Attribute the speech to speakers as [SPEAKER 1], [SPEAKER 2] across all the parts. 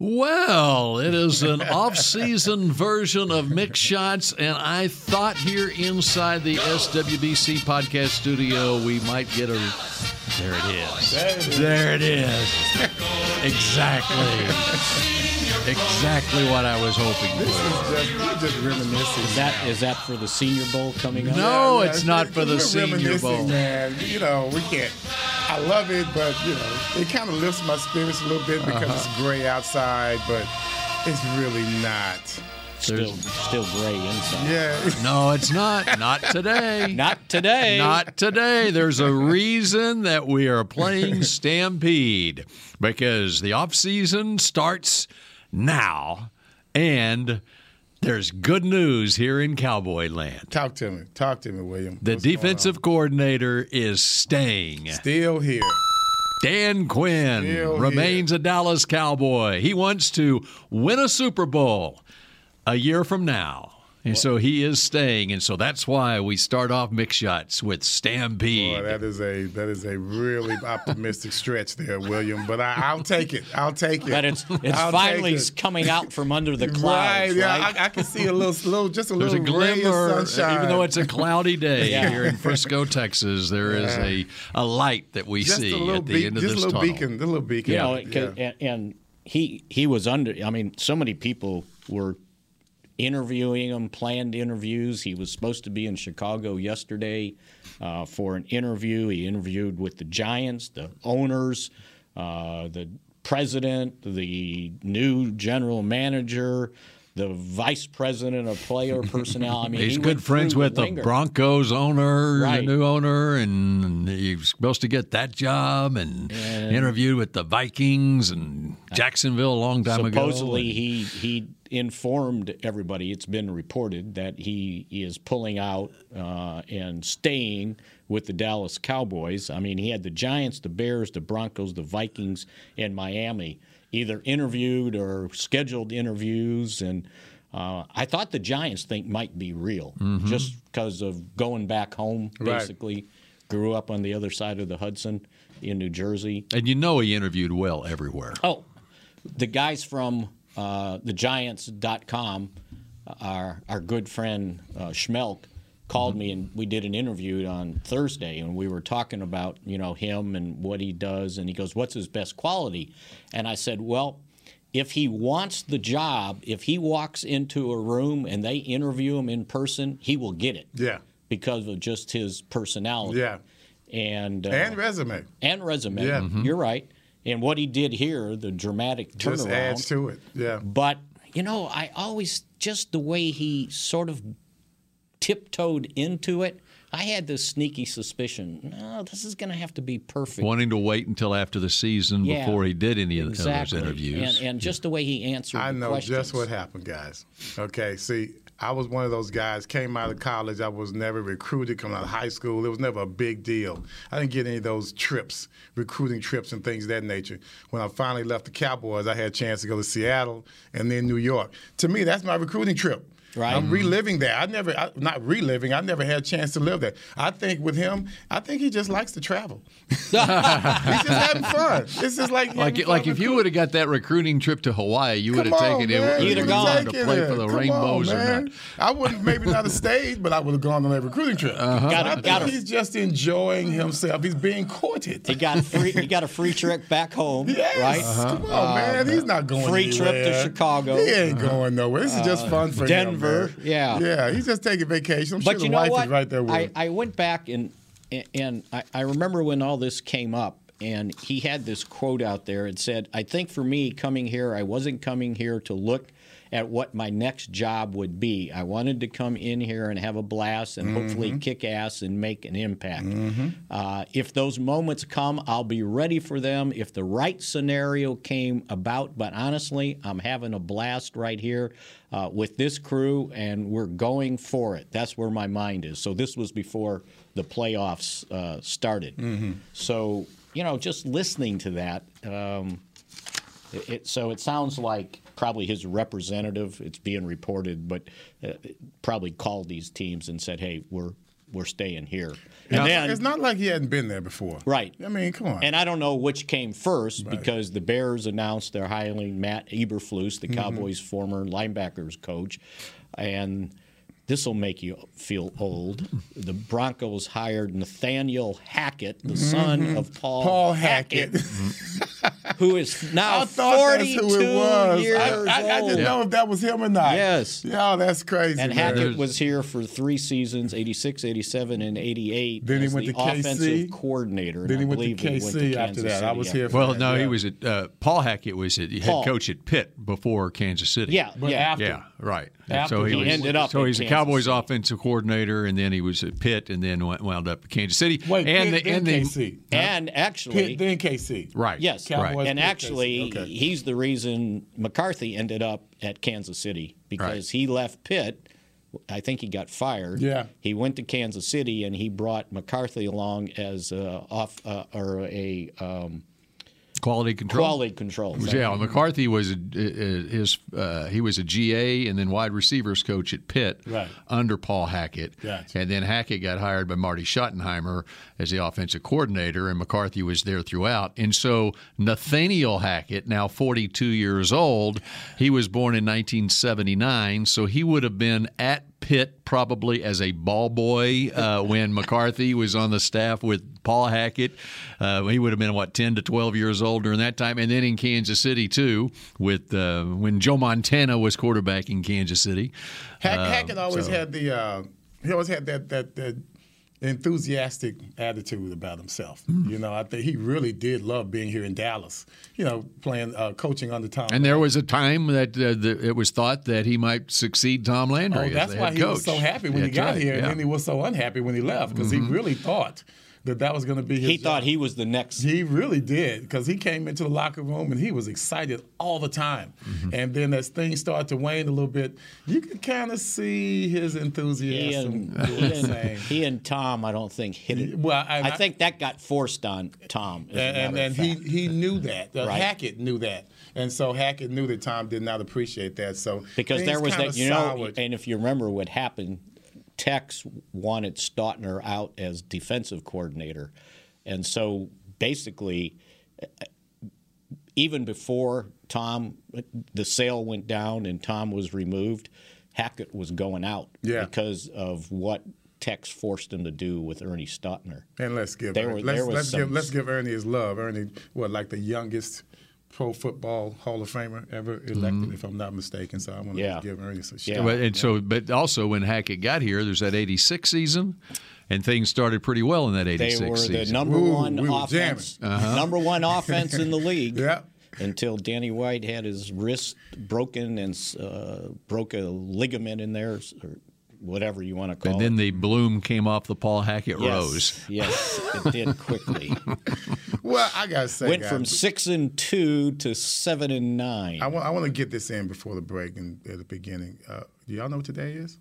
[SPEAKER 1] Well, it is an off-season version of Mix Shots, and I thought here inside the SWBC podcast studio we might get a. There it is. There it is. Exactly. Exactly what I was hoping for.
[SPEAKER 2] just reminiscing.
[SPEAKER 3] That is that for the Senior Bowl coming up?
[SPEAKER 1] No, it's not for the
[SPEAKER 2] We're
[SPEAKER 1] Senior
[SPEAKER 2] reminiscing,
[SPEAKER 1] Bowl.
[SPEAKER 2] Man, you know we can't. I love it, but you know it kind of lifts my spirits a little bit because
[SPEAKER 1] Uh-huh.
[SPEAKER 2] it's gray outside, but it's really not.
[SPEAKER 3] Still, still gray inside.
[SPEAKER 2] Yeah,
[SPEAKER 1] No, it's not. Not today.
[SPEAKER 3] Not today.
[SPEAKER 1] Not today. There's a reason that we are playing Stampede because the offseason starts now and there's good news here in Cowboy Land.
[SPEAKER 2] talk to me. Talk to me, William.
[SPEAKER 1] The
[SPEAKER 2] What's going
[SPEAKER 1] defensive coordinator is staying.
[SPEAKER 2] on? still here.
[SPEAKER 1] Dan Quinn
[SPEAKER 2] Still
[SPEAKER 1] remains a Dallas Cowboy. He wants to win a Super Bowl a year from now. And so he is staying. And so that's why we start off mix shots with Stampede.
[SPEAKER 2] Boy, that is a that is a really optimistic stretch there, William. But I, I'll take it. I'll take it.
[SPEAKER 3] But it's it's
[SPEAKER 2] I'll take
[SPEAKER 3] finally
[SPEAKER 2] it.
[SPEAKER 3] coming out from under the
[SPEAKER 2] Right,
[SPEAKER 3] clouds. Right.
[SPEAKER 2] yeah, I, I can see a little, little, just a
[SPEAKER 1] There's a
[SPEAKER 2] little ray
[SPEAKER 1] glimmer,
[SPEAKER 2] of sunshine.
[SPEAKER 1] even though it's a cloudy day
[SPEAKER 3] Yeah.
[SPEAKER 1] here in Frisco, Texas. There is a, a light that we
[SPEAKER 2] just
[SPEAKER 1] see
[SPEAKER 2] a little
[SPEAKER 1] at the
[SPEAKER 2] beacon,
[SPEAKER 1] end of
[SPEAKER 2] just
[SPEAKER 1] this
[SPEAKER 2] a little
[SPEAKER 1] tunnel.
[SPEAKER 2] beacon, a little beacon.
[SPEAKER 3] you know, it could- and, and he he was under. I mean, so many people were interviewing him, planned interviews. He was supposed to be in Chicago yesterday uh, for an interview. He interviewed with the Giants, the owners, uh, the president, the new general manager. The vice president of player personnel. I mean,
[SPEAKER 1] He's
[SPEAKER 3] he went
[SPEAKER 1] good friends
[SPEAKER 3] through
[SPEAKER 1] with the
[SPEAKER 3] ringer.
[SPEAKER 1] Broncos owner,
[SPEAKER 3] Right.
[SPEAKER 1] the new owner, and he's supposed to get that job and interviewed with the Vikings and Jacksonville a long time ago.
[SPEAKER 3] supposedly he he informed everybody it's been reported that he is pulling out uh, and staying with the Dallas Cowboys I mean he had the Giants the Bears the Broncos the Vikings and Miami either interviewed or scheduled interviews and uh, I thought the Giants thing might be real
[SPEAKER 1] Mm-hmm.
[SPEAKER 3] just because of going back home
[SPEAKER 2] Right.
[SPEAKER 3] basically grew up on the other side of the Hudson in New Jersey
[SPEAKER 1] and you know he interviewed well everywhere.
[SPEAKER 3] Oh, the guys from uh, the Giants.com, uh, our, our good friend uh, Schmelk, called me and we did an interview on Thursday and we were talking about, you know, him and what he does. And he goes, What's his best quality? And I said, Well, if he wants the job, if he walks into a room and they interview him in person, he will get it.
[SPEAKER 2] Yeah.
[SPEAKER 3] Because of just his personality.
[SPEAKER 2] Yeah.
[SPEAKER 3] And, uh,
[SPEAKER 2] and resume
[SPEAKER 3] and resume.
[SPEAKER 2] Yeah.
[SPEAKER 1] Mm-hmm.
[SPEAKER 3] You're right. And what he did here, the dramatic turnaround.
[SPEAKER 2] just adds to it. Yeah,
[SPEAKER 3] But you know, I always just the way he sort of tiptoed into it. I had this sneaky suspicion. No, this is going to have to be perfect.
[SPEAKER 1] Wanting to wait until after the season
[SPEAKER 3] Yeah.
[SPEAKER 1] before he did any of the of those
[SPEAKER 3] exactly.
[SPEAKER 1] interviews.
[SPEAKER 3] And, and just the way he answered.
[SPEAKER 2] I
[SPEAKER 3] the
[SPEAKER 2] know
[SPEAKER 3] questions.
[SPEAKER 2] just what happened, guys. Okay, see, I was one of those guys. Came out of college, I was never recruited. Coming out of high school, it was never a big deal. I didn't get any of those trips, recruiting trips and things of that nature. When I finally left the Cowboys, I had a chance to go to Seattle and then New York. To me, that's my recruiting trip.
[SPEAKER 3] Right. Mm-hmm.
[SPEAKER 2] I'm reliving that. I never, I, not reliving. I never had a chance to live that. I think with him, I think he just likes to travel. He's just having fun. It's just like having
[SPEAKER 1] Like, like
[SPEAKER 2] fun
[SPEAKER 1] if you would have got that recruiting trip to Hawaii, you would
[SPEAKER 2] Come
[SPEAKER 1] have
[SPEAKER 2] on,
[SPEAKER 1] taken
[SPEAKER 2] man.
[SPEAKER 1] it.
[SPEAKER 3] You'd have gone.
[SPEAKER 1] to
[SPEAKER 2] Taking
[SPEAKER 1] play
[SPEAKER 2] it.
[SPEAKER 1] for the
[SPEAKER 2] Come on,
[SPEAKER 1] Rainbows or
[SPEAKER 2] man.
[SPEAKER 1] not.
[SPEAKER 2] I wouldn't maybe not have stayed, but I would have gone on that recruiting trip.
[SPEAKER 1] Uh-huh.
[SPEAKER 3] Gotta-
[SPEAKER 2] I think
[SPEAKER 3] gotta-
[SPEAKER 2] he's just enjoying himself. He's being courted.
[SPEAKER 3] He got a free. He got a free trip back home.
[SPEAKER 2] Yes.
[SPEAKER 3] Right.
[SPEAKER 1] Uh-huh.
[SPEAKER 2] Come on,
[SPEAKER 1] Uh,
[SPEAKER 2] man. He's not going
[SPEAKER 3] free trip to
[SPEAKER 2] anywhere.
[SPEAKER 3] Chicago. Uh,
[SPEAKER 2] He ain't
[SPEAKER 1] Uh-huh.
[SPEAKER 2] going nowhere. This is just fun for
[SPEAKER 3] Denver.
[SPEAKER 2] him. man.
[SPEAKER 3] Yeah.
[SPEAKER 2] Yeah. He's just taking vacation. I'm sure
[SPEAKER 3] but
[SPEAKER 2] the
[SPEAKER 3] you know
[SPEAKER 2] wife
[SPEAKER 3] what?
[SPEAKER 2] is right there with
[SPEAKER 3] I,
[SPEAKER 2] him.
[SPEAKER 3] I went back and and I, I remember when all this came up and he had this quote out there and said, I think for me coming here, I wasn't coming here to look at what my next job would be. I wanted to come in here and have a blast and
[SPEAKER 2] Mm-hmm.
[SPEAKER 3] hopefully kick ass and make an impact. Uh, if those moments come, I'll be ready for them. If the right scenario came about, but honestly, I'm having a blast right here uh, with this crew, and we're going for it. That's where my mind is. So this was before the playoffs uh, started. So you know, just listening to that. Um, it, it- so it sounds like probably his representative. It's being reported, but uh, probably called these teams and said, "Hey, we're we're staying here." And then
[SPEAKER 2] it's not like he hadn't been there before.
[SPEAKER 3] Right.
[SPEAKER 2] I mean, come on.
[SPEAKER 3] and I don't know which came first because the Bears announced they're hiring Matt Eberflus,
[SPEAKER 2] Mm-hmm.
[SPEAKER 3] the Cowboys' former linebackers coach, and this will make you feel old. The Broncos hired Nathaniel Hackett, the son of Paul,
[SPEAKER 2] Mm-hmm. Paul Hackett.
[SPEAKER 3] who is now
[SPEAKER 2] I thought that's
[SPEAKER 3] 42
[SPEAKER 2] who it was.
[SPEAKER 3] years
[SPEAKER 2] I, I, I
[SPEAKER 3] old.
[SPEAKER 2] didn't know if that was him or not.
[SPEAKER 3] Yes.
[SPEAKER 2] Yeah, that's crazy.
[SPEAKER 3] And
[SPEAKER 2] man.
[SPEAKER 3] Hackett was here for three seasons, 86, 87, and 88.
[SPEAKER 2] Then he
[SPEAKER 3] as
[SPEAKER 2] went
[SPEAKER 3] the
[SPEAKER 2] to KC.
[SPEAKER 3] offensive coordinator. and
[SPEAKER 2] Then he
[SPEAKER 3] I
[SPEAKER 2] went to
[SPEAKER 3] believe
[SPEAKER 2] KC after
[SPEAKER 3] Kansas
[SPEAKER 2] that. I
[SPEAKER 3] City
[SPEAKER 2] was
[SPEAKER 3] after
[SPEAKER 2] here. For
[SPEAKER 1] Well,
[SPEAKER 2] that.
[SPEAKER 1] no, he
[SPEAKER 2] yeah.
[SPEAKER 1] was at uh, Paul Hackett was at, head
[SPEAKER 3] Paul.
[SPEAKER 1] coach at Pitt before Kansas City.
[SPEAKER 3] Yeah,
[SPEAKER 2] But
[SPEAKER 3] yeah.
[SPEAKER 2] after,
[SPEAKER 1] Yeah, right.
[SPEAKER 3] After he ended up
[SPEAKER 1] So
[SPEAKER 3] at
[SPEAKER 1] he's a
[SPEAKER 3] Kansas
[SPEAKER 1] Cowboys
[SPEAKER 3] City.
[SPEAKER 1] offensive coordinator, and then he was at Pitt, and then went- wound up at Kansas City.
[SPEAKER 2] wait,
[SPEAKER 1] and
[SPEAKER 2] Pitt,
[SPEAKER 1] the
[SPEAKER 2] then
[SPEAKER 1] and the
[SPEAKER 2] KC,
[SPEAKER 3] And actually,
[SPEAKER 2] Pitt, then KC.
[SPEAKER 1] right.
[SPEAKER 3] Yes,
[SPEAKER 1] right.
[SPEAKER 2] Cowboys.
[SPEAKER 3] and
[SPEAKER 2] Pitt,
[SPEAKER 3] actually,
[SPEAKER 2] Casey. Okay.
[SPEAKER 3] he's the reason McCarthy ended up at Kansas City because he left Pitt. I think he got fired.
[SPEAKER 2] Yeah.
[SPEAKER 3] he went to Kansas City and he brought McCarthy along as a off uh, or a um,
[SPEAKER 1] Quality control.
[SPEAKER 3] quality control.
[SPEAKER 1] Yeah, McCarthy was a, uh, his uh, he was a GA and then wide receivers coach at Pitt
[SPEAKER 2] Right.
[SPEAKER 1] under Paul Hackett,
[SPEAKER 2] Gotcha.
[SPEAKER 1] and then Hackett got hired by Marty Schottenheimer as the offensive coordinator, and McCarthy was there throughout. And so Nathaniel Hackett, now 42 years old, he was born in 1979, so he would have been at Pitt probably as a ball boy uh, when McCarthy was on the staff with Paul Hackett. Uh, he would have been what 10 to 12 years old during that time, and then in Kansas City too, with uh, when Joe Montana was quarterback in Kansas City.
[SPEAKER 2] Hack, Hackett always had the uh, he always had that that that enthusiastic attitude about himself. You know, I think he really did love being here in Dallas. You know, playing uh, coaching under Tom.
[SPEAKER 1] And there was a time that uh, the, it was thought that he might succeed Tom Landry.
[SPEAKER 2] Oh,
[SPEAKER 1] as
[SPEAKER 2] that's
[SPEAKER 1] the
[SPEAKER 2] why
[SPEAKER 1] head
[SPEAKER 2] he
[SPEAKER 1] coach.
[SPEAKER 2] was so happy when
[SPEAKER 1] That's
[SPEAKER 2] he got
[SPEAKER 1] right,
[SPEAKER 2] here, and
[SPEAKER 1] yeah.
[SPEAKER 2] then he was so unhappy when he left because he really thought that that was going to be his.
[SPEAKER 3] He thought
[SPEAKER 2] job.
[SPEAKER 3] he was the next.
[SPEAKER 2] He really did because he came into the locker room and he was excited all the time. And then as things started to wane a little bit, you could kind of see his
[SPEAKER 3] He
[SPEAKER 2] enthusiasm.
[SPEAKER 3] and, he,
[SPEAKER 2] doing the
[SPEAKER 3] and,
[SPEAKER 2] same.
[SPEAKER 3] he and Tom, I don't think hit it.
[SPEAKER 2] Well, and
[SPEAKER 3] I
[SPEAKER 2] I-
[SPEAKER 3] think that got forced on Tom. as a
[SPEAKER 2] and and,
[SPEAKER 3] matter of
[SPEAKER 2] and he,
[SPEAKER 3] fact.
[SPEAKER 2] he knew that. Uh,
[SPEAKER 3] Right.
[SPEAKER 2] Hackett knew that. And so Hackett knew that Tom did not appreciate that. So
[SPEAKER 3] because
[SPEAKER 2] things
[SPEAKER 3] there was
[SPEAKER 2] kinda
[SPEAKER 3] that you know eh,
[SPEAKER 2] soured.
[SPEAKER 3] and if you remember what happened tex wanted stautner out as defensive coordinator and so basically even before tom the sale went down and tom was removed hackett was going out
[SPEAKER 2] Yeah.
[SPEAKER 3] because of what tex forced him to do with ernie stautner
[SPEAKER 2] And let's give
[SPEAKER 3] There
[SPEAKER 2] Ernie,
[SPEAKER 3] were-
[SPEAKER 2] let's,
[SPEAKER 3] there was
[SPEAKER 2] let's
[SPEAKER 3] some-
[SPEAKER 2] give let's give Ernie his love. Ernie, what like the youngest pro football Hall of Famer ever elected, if I'm not mistaken. So I want to
[SPEAKER 3] Mm-hmm. Yeah.
[SPEAKER 2] give Ernie some shit.
[SPEAKER 3] Yeah.
[SPEAKER 1] But, and so, but also when Hackett got here, there's that '86 season, and things started pretty well in that
[SPEAKER 3] they
[SPEAKER 1] '86
[SPEAKER 3] were the
[SPEAKER 1] season.
[SPEAKER 3] number
[SPEAKER 2] Ooh,
[SPEAKER 3] one
[SPEAKER 2] we were Uh-huh.
[SPEAKER 3] offense number one offense in the league
[SPEAKER 2] Yeah.
[SPEAKER 3] until Danny White had his wrist broken and uh, broke a ligament in there, or whatever you want to call
[SPEAKER 1] and
[SPEAKER 3] it.
[SPEAKER 1] then the bloom came off the Paul Hackett
[SPEAKER 3] yes,
[SPEAKER 1] rose.
[SPEAKER 3] Yes, it did quickly.
[SPEAKER 2] Well, I gotta say,
[SPEAKER 3] Went
[SPEAKER 2] guys,
[SPEAKER 3] from six and two to seven and nine.
[SPEAKER 2] I want I want to get this in before the break and at the beginning. Uh, do y'all know what today is?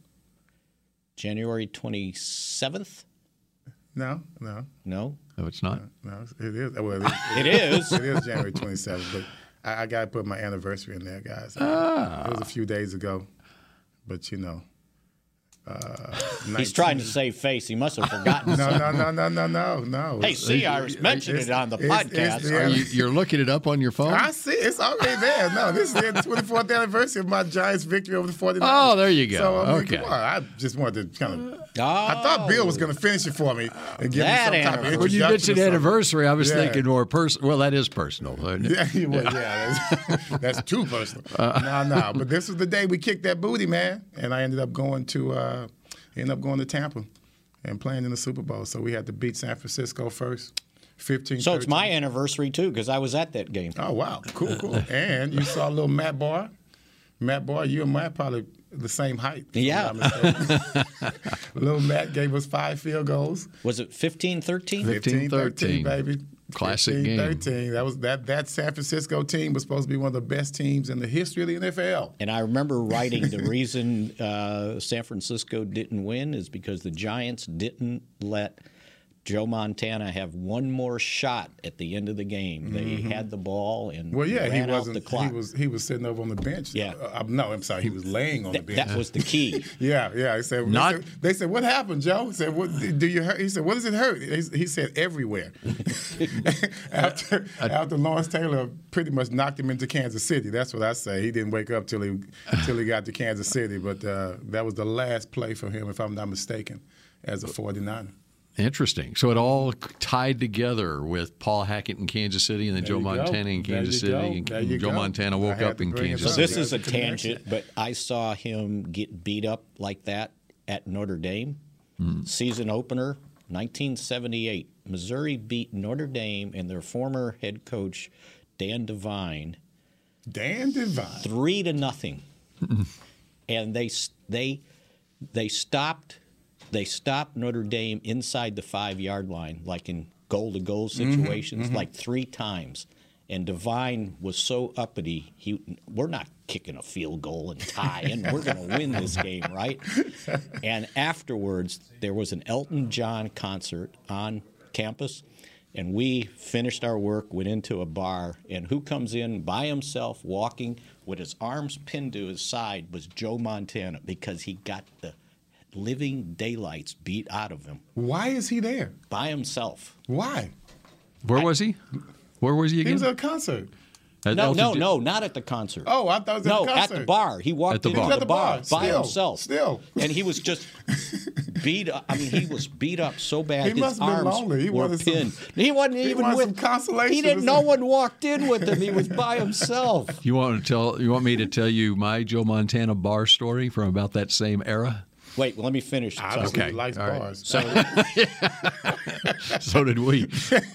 [SPEAKER 3] January twenty seventh.
[SPEAKER 2] No, no,
[SPEAKER 3] No,
[SPEAKER 1] No, it's not.
[SPEAKER 2] no. It is. Well, it is.
[SPEAKER 3] it is.
[SPEAKER 2] it is January 27th, but I, I got to put my anniversary in there, guys. Ah. It was a few days ago, but you know. Uh,
[SPEAKER 3] He's trying to save face. He must have forgotten.
[SPEAKER 2] No,
[SPEAKER 3] something.
[SPEAKER 2] no, no, no, no, no, no.
[SPEAKER 3] Hey, see, I was mentioned it on the
[SPEAKER 2] it's-
[SPEAKER 3] podcast.
[SPEAKER 2] it's- yeah.
[SPEAKER 1] Are you, you're looking it up on your phone.
[SPEAKER 2] I see. It's already there. No, this is the 24th anniversary of my Giants victory over the 49ers.
[SPEAKER 1] Oh, there you go.
[SPEAKER 2] So, I mean,
[SPEAKER 1] Okay.
[SPEAKER 2] come on. I just wanted to kind of. I
[SPEAKER 3] Oh,
[SPEAKER 2] thought Bill was going to finish it for me and give me
[SPEAKER 3] That
[SPEAKER 2] some type of
[SPEAKER 3] anniversary.
[SPEAKER 2] introduction.
[SPEAKER 1] when you
[SPEAKER 2] or
[SPEAKER 1] mentioned
[SPEAKER 2] something.
[SPEAKER 1] anniversary, I was
[SPEAKER 2] Yeah.
[SPEAKER 1] thinking more personal. Well, that is personal. isn't it?
[SPEAKER 2] Yeah, he was, yeah, that's, that's too personal.
[SPEAKER 3] Uh.
[SPEAKER 2] nah, nah. But this was the day we kicked that booty, man. And I ended up going to, uh, ended up going to Tampa, and playing in the Super Bowl. So we had to beat San Francisco first, fifteen.
[SPEAKER 3] so it's
[SPEAKER 2] 13.
[SPEAKER 3] my anniversary too because I was at that game.
[SPEAKER 2] Oh wow, cool, cool. and you saw little Matt Barr. Matt Boy, you and Matt probably the same height. if I'm
[SPEAKER 3] Yeah.
[SPEAKER 2] not mistaken. Little Matt gave us five field goals.
[SPEAKER 3] Was it 15 13?
[SPEAKER 1] 15, 13,
[SPEAKER 2] baby.
[SPEAKER 1] Classic
[SPEAKER 2] 15,
[SPEAKER 1] game.
[SPEAKER 2] 13. That was that that San Francisco team was supposed to be one of the best teams in the history of the NFL.
[SPEAKER 3] And I remember writing the reason uh, San Francisco didn't win is because the Giants didn't let Joe Montana have one more shot at the end of the game. They had the ball and
[SPEAKER 2] Mm-hmm. Well, yeah,
[SPEAKER 3] ran
[SPEAKER 2] he
[SPEAKER 3] out
[SPEAKER 2] wasn't.
[SPEAKER 3] the clock.
[SPEAKER 2] He was he was sitting over on the bench.
[SPEAKER 3] Yeah.
[SPEAKER 2] Uh, uh, no, I'm sorry. He was laying on the
[SPEAKER 3] Th-
[SPEAKER 2] bench.
[SPEAKER 3] that was the key.
[SPEAKER 2] Yeah, yeah. He said,
[SPEAKER 1] Not-
[SPEAKER 2] they, said, they said, "What happened, Joe?" He said, "What do you hurt?" He said, "What does it hurt?" He, he said, "Everywhere." after, after Lawrence Taylor pretty much knocked him into Kansas City, that's what I say. He didn't wake up till he till he got to Kansas City, but uh, that was the last play for him, if I'm not mistaken, as a 49er.
[SPEAKER 1] Interesting. So it all tied together with Paul Hackett in Kansas City, and then Joe
[SPEAKER 2] you go.
[SPEAKER 1] Montana in
[SPEAKER 2] There
[SPEAKER 1] Kansas
[SPEAKER 2] you
[SPEAKER 1] City,
[SPEAKER 2] go.
[SPEAKER 1] and
[SPEAKER 2] There you
[SPEAKER 1] Joe
[SPEAKER 2] go.
[SPEAKER 1] Montana
[SPEAKER 2] I
[SPEAKER 1] woke
[SPEAKER 2] had
[SPEAKER 1] up
[SPEAKER 2] to
[SPEAKER 1] in
[SPEAKER 2] bring it
[SPEAKER 1] Kansas
[SPEAKER 2] up.
[SPEAKER 1] City.
[SPEAKER 3] This
[SPEAKER 2] Yeah,
[SPEAKER 3] is a
[SPEAKER 2] it's a connection.
[SPEAKER 3] tangent, but I saw him get beat up like that at Notre Dame. Season opener, 1978. Missouri beat Notre Dame and their former head coach, Dan Devine,
[SPEAKER 2] Dan Devine.
[SPEAKER 3] three to nothing. and they s- they they stopped they stopped Notre Dame inside the five yard line, like in goal to goal situations, like three times. And Divine was so uppity. He, we're not kicking a field goal and tying. we're going to win this game, right? And afterwards, there was an Elton John concert on campus, and we finished our work, went into a bar, and who comes in by himself, walking with his arms pinned to his side, was Joe Montana because he got the living daylights beat out of him
[SPEAKER 2] Why is he there?
[SPEAKER 3] by himself.
[SPEAKER 2] Why?
[SPEAKER 1] Where was he? Where was he
[SPEAKER 2] He
[SPEAKER 1] again?
[SPEAKER 2] was at a concert.
[SPEAKER 1] At
[SPEAKER 3] No,
[SPEAKER 1] Elton
[SPEAKER 3] no,
[SPEAKER 1] John-
[SPEAKER 3] no, not at the concert.
[SPEAKER 2] Oh, I thought it was at
[SPEAKER 3] no,
[SPEAKER 2] a concert.
[SPEAKER 3] at the bar. He walked
[SPEAKER 1] At the
[SPEAKER 3] into
[SPEAKER 1] bar.
[SPEAKER 2] He was at the
[SPEAKER 3] the bar,
[SPEAKER 2] bar,
[SPEAKER 3] by
[SPEAKER 2] still,
[SPEAKER 3] himself.
[SPEAKER 2] still.
[SPEAKER 3] and he was just beat up. I mean, he was beat up so bad.
[SPEAKER 2] He
[SPEAKER 3] his
[SPEAKER 2] must have been
[SPEAKER 3] arms
[SPEAKER 2] lonely. He
[SPEAKER 3] were
[SPEAKER 2] wanted some-
[SPEAKER 3] pinned. he wasn't
[SPEAKER 2] he
[SPEAKER 3] even
[SPEAKER 2] wanted
[SPEAKER 3] with
[SPEAKER 2] some consolation
[SPEAKER 3] He
[SPEAKER 2] or
[SPEAKER 3] didn't. No
[SPEAKER 2] something.
[SPEAKER 3] one walked in with him. He was by himself.
[SPEAKER 1] You want to tell? You want me to tell you my Joe Montana bar story from about that same era?
[SPEAKER 3] Wait, let me finish. So
[SPEAKER 2] Obviously,
[SPEAKER 1] Okay,
[SPEAKER 2] he likes
[SPEAKER 1] all right.
[SPEAKER 2] bars.
[SPEAKER 1] So did we.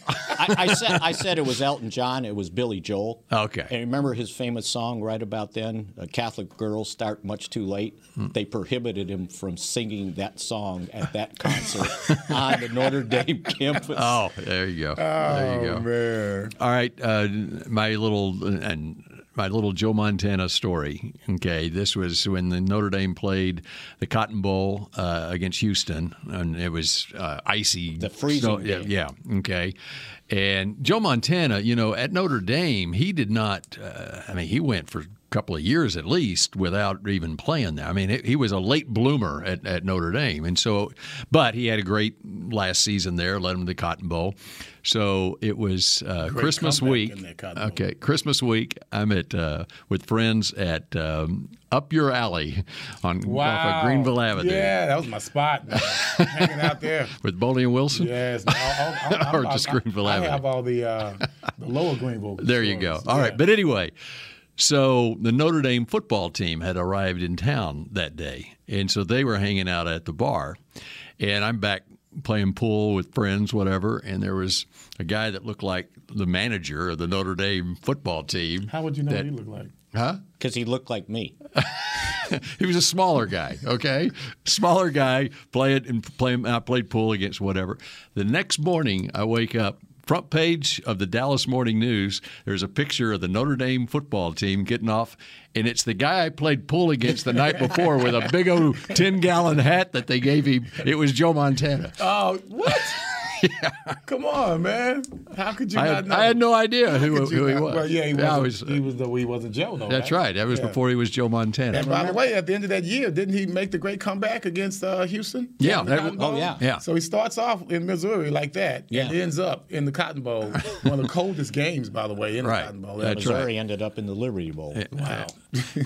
[SPEAKER 3] I, I said I said it was Elton John. It was Billy Joel.
[SPEAKER 1] Okay.
[SPEAKER 3] And remember his famous song right about then? Uh, Catholic girls start much too late.
[SPEAKER 1] Hmm.
[SPEAKER 3] They prohibited him from singing that song at that concert on the Notre Dame campus.
[SPEAKER 1] Oh, there you go. there you
[SPEAKER 2] Oh,
[SPEAKER 1] go.
[SPEAKER 2] Man.
[SPEAKER 1] All right, uh, my little and my little Joe Montana story. Okay, this was when the Notre Dame played the Cotton Bowl uh, against Houston, and it was uh, icy.
[SPEAKER 3] The freezing
[SPEAKER 1] yeah,
[SPEAKER 3] game.
[SPEAKER 1] yeah. Okay, and Joe Montana, you know, at Notre Dame, he did not. Uh, I mean, he went for. a Couple of years at least without even playing there. I mean, it, he was a late bloomer at, at Notre Dame, and so, but he had a great last season there, led him to the Cotton Bowl. So it was uh, Christmas
[SPEAKER 2] comeback
[SPEAKER 1] week.
[SPEAKER 2] in that Cotton Bowl.
[SPEAKER 1] Okay, Christmas week. I'm at uh, with friends at um, Up Your Alley on off of Greenville Avenue
[SPEAKER 2] Yeah, that was my spot, man. Hanging out there.
[SPEAKER 1] with Boldy and Wilson.
[SPEAKER 2] Yes. I- I- I- I-
[SPEAKER 1] Or just
[SPEAKER 2] I-
[SPEAKER 1] Greenville
[SPEAKER 2] I
[SPEAKER 1] Avenue.
[SPEAKER 2] have all the, uh, the lower Greenville.
[SPEAKER 1] There you go.
[SPEAKER 2] stores.
[SPEAKER 1] All right,
[SPEAKER 2] Yeah.
[SPEAKER 1] but anyway, so the Notre Dame football team had arrived in town that day, and so they were hanging out at the bar, and I'm back playing pool with friends, whatever, and there was a guy that looked like the manager of the Notre Dame football team.
[SPEAKER 2] How would you know what he looked like?
[SPEAKER 3] Because he looked like me.
[SPEAKER 1] He was a smaller guy, okay, smaller guy. Play it and play. I played pool against whatever. The next morning, I wake up. Front page of the Dallas Morning News. There's a picture of the Notre Dame football team getting off, and it's the guy I played pool against the night before with a big old ten gallon hat that they gave him. It was Joe Montana.
[SPEAKER 2] Oh, what? Come on, man. How could you
[SPEAKER 1] I
[SPEAKER 2] not
[SPEAKER 1] had,
[SPEAKER 2] know?
[SPEAKER 1] I had no idea who,
[SPEAKER 2] Could you
[SPEAKER 1] who he
[SPEAKER 2] not-
[SPEAKER 1] was.
[SPEAKER 2] Well, yeah, he
[SPEAKER 1] I
[SPEAKER 2] wasn't,
[SPEAKER 1] was- uh,
[SPEAKER 2] he was the he wasn't Joe, though.
[SPEAKER 1] that's right. That was
[SPEAKER 2] Yeah.
[SPEAKER 1] before he was Joe Montana.
[SPEAKER 2] And by the way, at the end of that year, didn't he make the great comeback against uh, Houston?
[SPEAKER 1] Yeah,
[SPEAKER 2] In the
[SPEAKER 1] that
[SPEAKER 2] Cotton
[SPEAKER 1] w-
[SPEAKER 3] oh,
[SPEAKER 2] Bowl?
[SPEAKER 3] yeah.
[SPEAKER 1] Yeah.
[SPEAKER 2] So he starts off in Missouri like that,
[SPEAKER 3] Yeah.
[SPEAKER 2] and ends up in the Cotton Bowl, one of the coldest games, by the way, in
[SPEAKER 1] Right.
[SPEAKER 2] the Cotton Bowl.
[SPEAKER 1] That's
[SPEAKER 3] Missouri ended up in the Liberty Bowl.
[SPEAKER 2] Wow.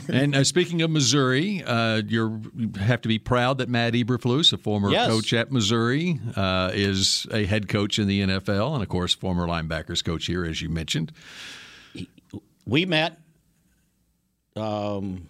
[SPEAKER 1] and uh, speaking of Missouri, uh, you're, you have to be proud that Matt Eberflus, a former
[SPEAKER 3] Yes.
[SPEAKER 1] coach at Missouri, uh, is a head coach in the NFL, and of course, former linebackers coach here, as you mentioned.
[SPEAKER 3] We met. Um,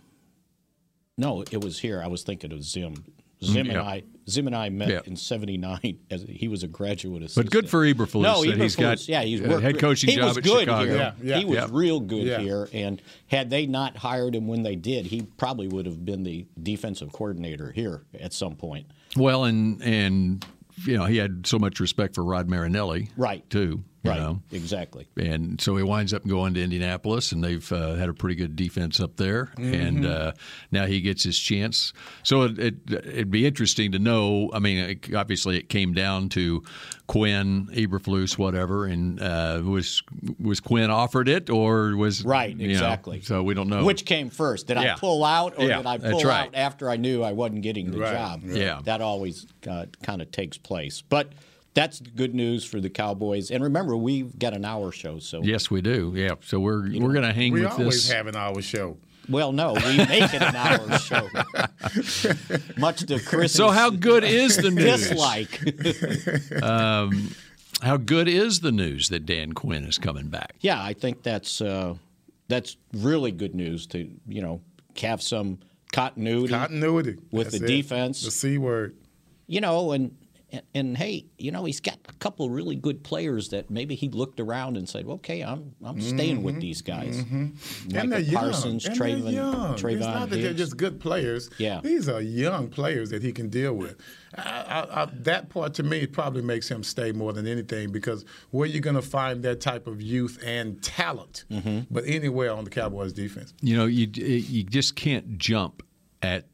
[SPEAKER 3] no, it was here. I was thinking of Zim. Zim and
[SPEAKER 1] Mm, yeah.
[SPEAKER 3] I Zim and I met
[SPEAKER 1] Yeah.
[SPEAKER 3] in '79 as he was a graduate
[SPEAKER 1] But
[SPEAKER 3] assistant.
[SPEAKER 1] good for Eberflus
[SPEAKER 3] No,
[SPEAKER 1] that he's got
[SPEAKER 3] Eberflus, yeah, he's
[SPEAKER 1] a
[SPEAKER 3] worked
[SPEAKER 1] head
[SPEAKER 3] re-
[SPEAKER 1] coaching
[SPEAKER 3] he
[SPEAKER 1] job
[SPEAKER 3] was
[SPEAKER 1] at
[SPEAKER 3] good
[SPEAKER 1] Chicago.
[SPEAKER 3] Here.
[SPEAKER 2] Yeah, yeah.
[SPEAKER 3] he was
[SPEAKER 1] Yeah.
[SPEAKER 3] real good
[SPEAKER 2] Yeah.
[SPEAKER 3] here, and had they not hired him when they did, he probably would have been the defensive coordinator here at some point.
[SPEAKER 1] Well, and and you know he had so much respect for Rod Marinelli,
[SPEAKER 3] Right.
[SPEAKER 1] Too, you
[SPEAKER 3] right,
[SPEAKER 1] know.
[SPEAKER 3] exactly.
[SPEAKER 1] and so he winds up going to Indianapolis, and they've uh, had a pretty good defense up there, and
[SPEAKER 3] Mm-hmm.
[SPEAKER 1] uh, now he gets his chance. So it, it it'd be interesting to know. I mean, it, obviously it came down to Quinn, Eberflus, whatever, and uh, was was Quinn offered it or was
[SPEAKER 3] Right,
[SPEAKER 1] you know,
[SPEAKER 3] exactly.
[SPEAKER 1] so we don't know
[SPEAKER 3] Which came first? Did
[SPEAKER 1] Yeah.
[SPEAKER 3] I pull out, or
[SPEAKER 1] Yeah,
[SPEAKER 3] did I
[SPEAKER 1] that's
[SPEAKER 3] pull
[SPEAKER 1] right.
[SPEAKER 3] out after I knew I wasn't getting the
[SPEAKER 2] Right,
[SPEAKER 3] job?
[SPEAKER 1] right. Yeah.
[SPEAKER 3] that always uh, kind of takes place. But that's the good news for the Cowboys. And remember, we've got an hour show, so
[SPEAKER 1] Yes, we do. Yeah. So we're we're gonna hang
[SPEAKER 2] We
[SPEAKER 1] with
[SPEAKER 2] always
[SPEAKER 1] this.
[SPEAKER 2] have an hour show.
[SPEAKER 3] Well, no, we make it an hour show. Much to Chris.
[SPEAKER 1] so how good is the news?
[SPEAKER 3] dislike?
[SPEAKER 1] How good is the news that Dan Quinn is coming back?
[SPEAKER 3] yeah, I think that's uh, that's really good news to you know have some continuity.
[SPEAKER 2] Continuity
[SPEAKER 3] With
[SPEAKER 2] That's
[SPEAKER 3] the
[SPEAKER 2] it.
[SPEAKER 3] defense.
[SPEAKER 2] The C word.
[SPEAKER 3] you know, and, and hey, you know, he's got a couple really good players that maybe he looked around and said, okay, I'm I'm staying with these guys. Michael
[SPEAKER 2] Mm-hmm. and they're young.
[SPEAKER 3] Parsons,
[SPEAKER 2] and they're
[SPEAKER 3] Trayvon,
[SPEAKER 2] young.
[SPEAKER 3] Trayvon
[SPEAKER 2] It's not that they're
[SPEAKER 3] Diggs.
[SPEAKER 2] just good players.
[SPEAKER 3] Yeah.
[SPEAKER 2] These are young players that he can deal with. I, I, I, that part to me probably makes him stay more than anything because where you going to find that type of youth and talent,
[SPEAKER 3] Mm-hmm.
[SPEAKER 2] but anywhere on the Cowboys defense.
[SPEAKER 1] You know, you eh, you just can't jump at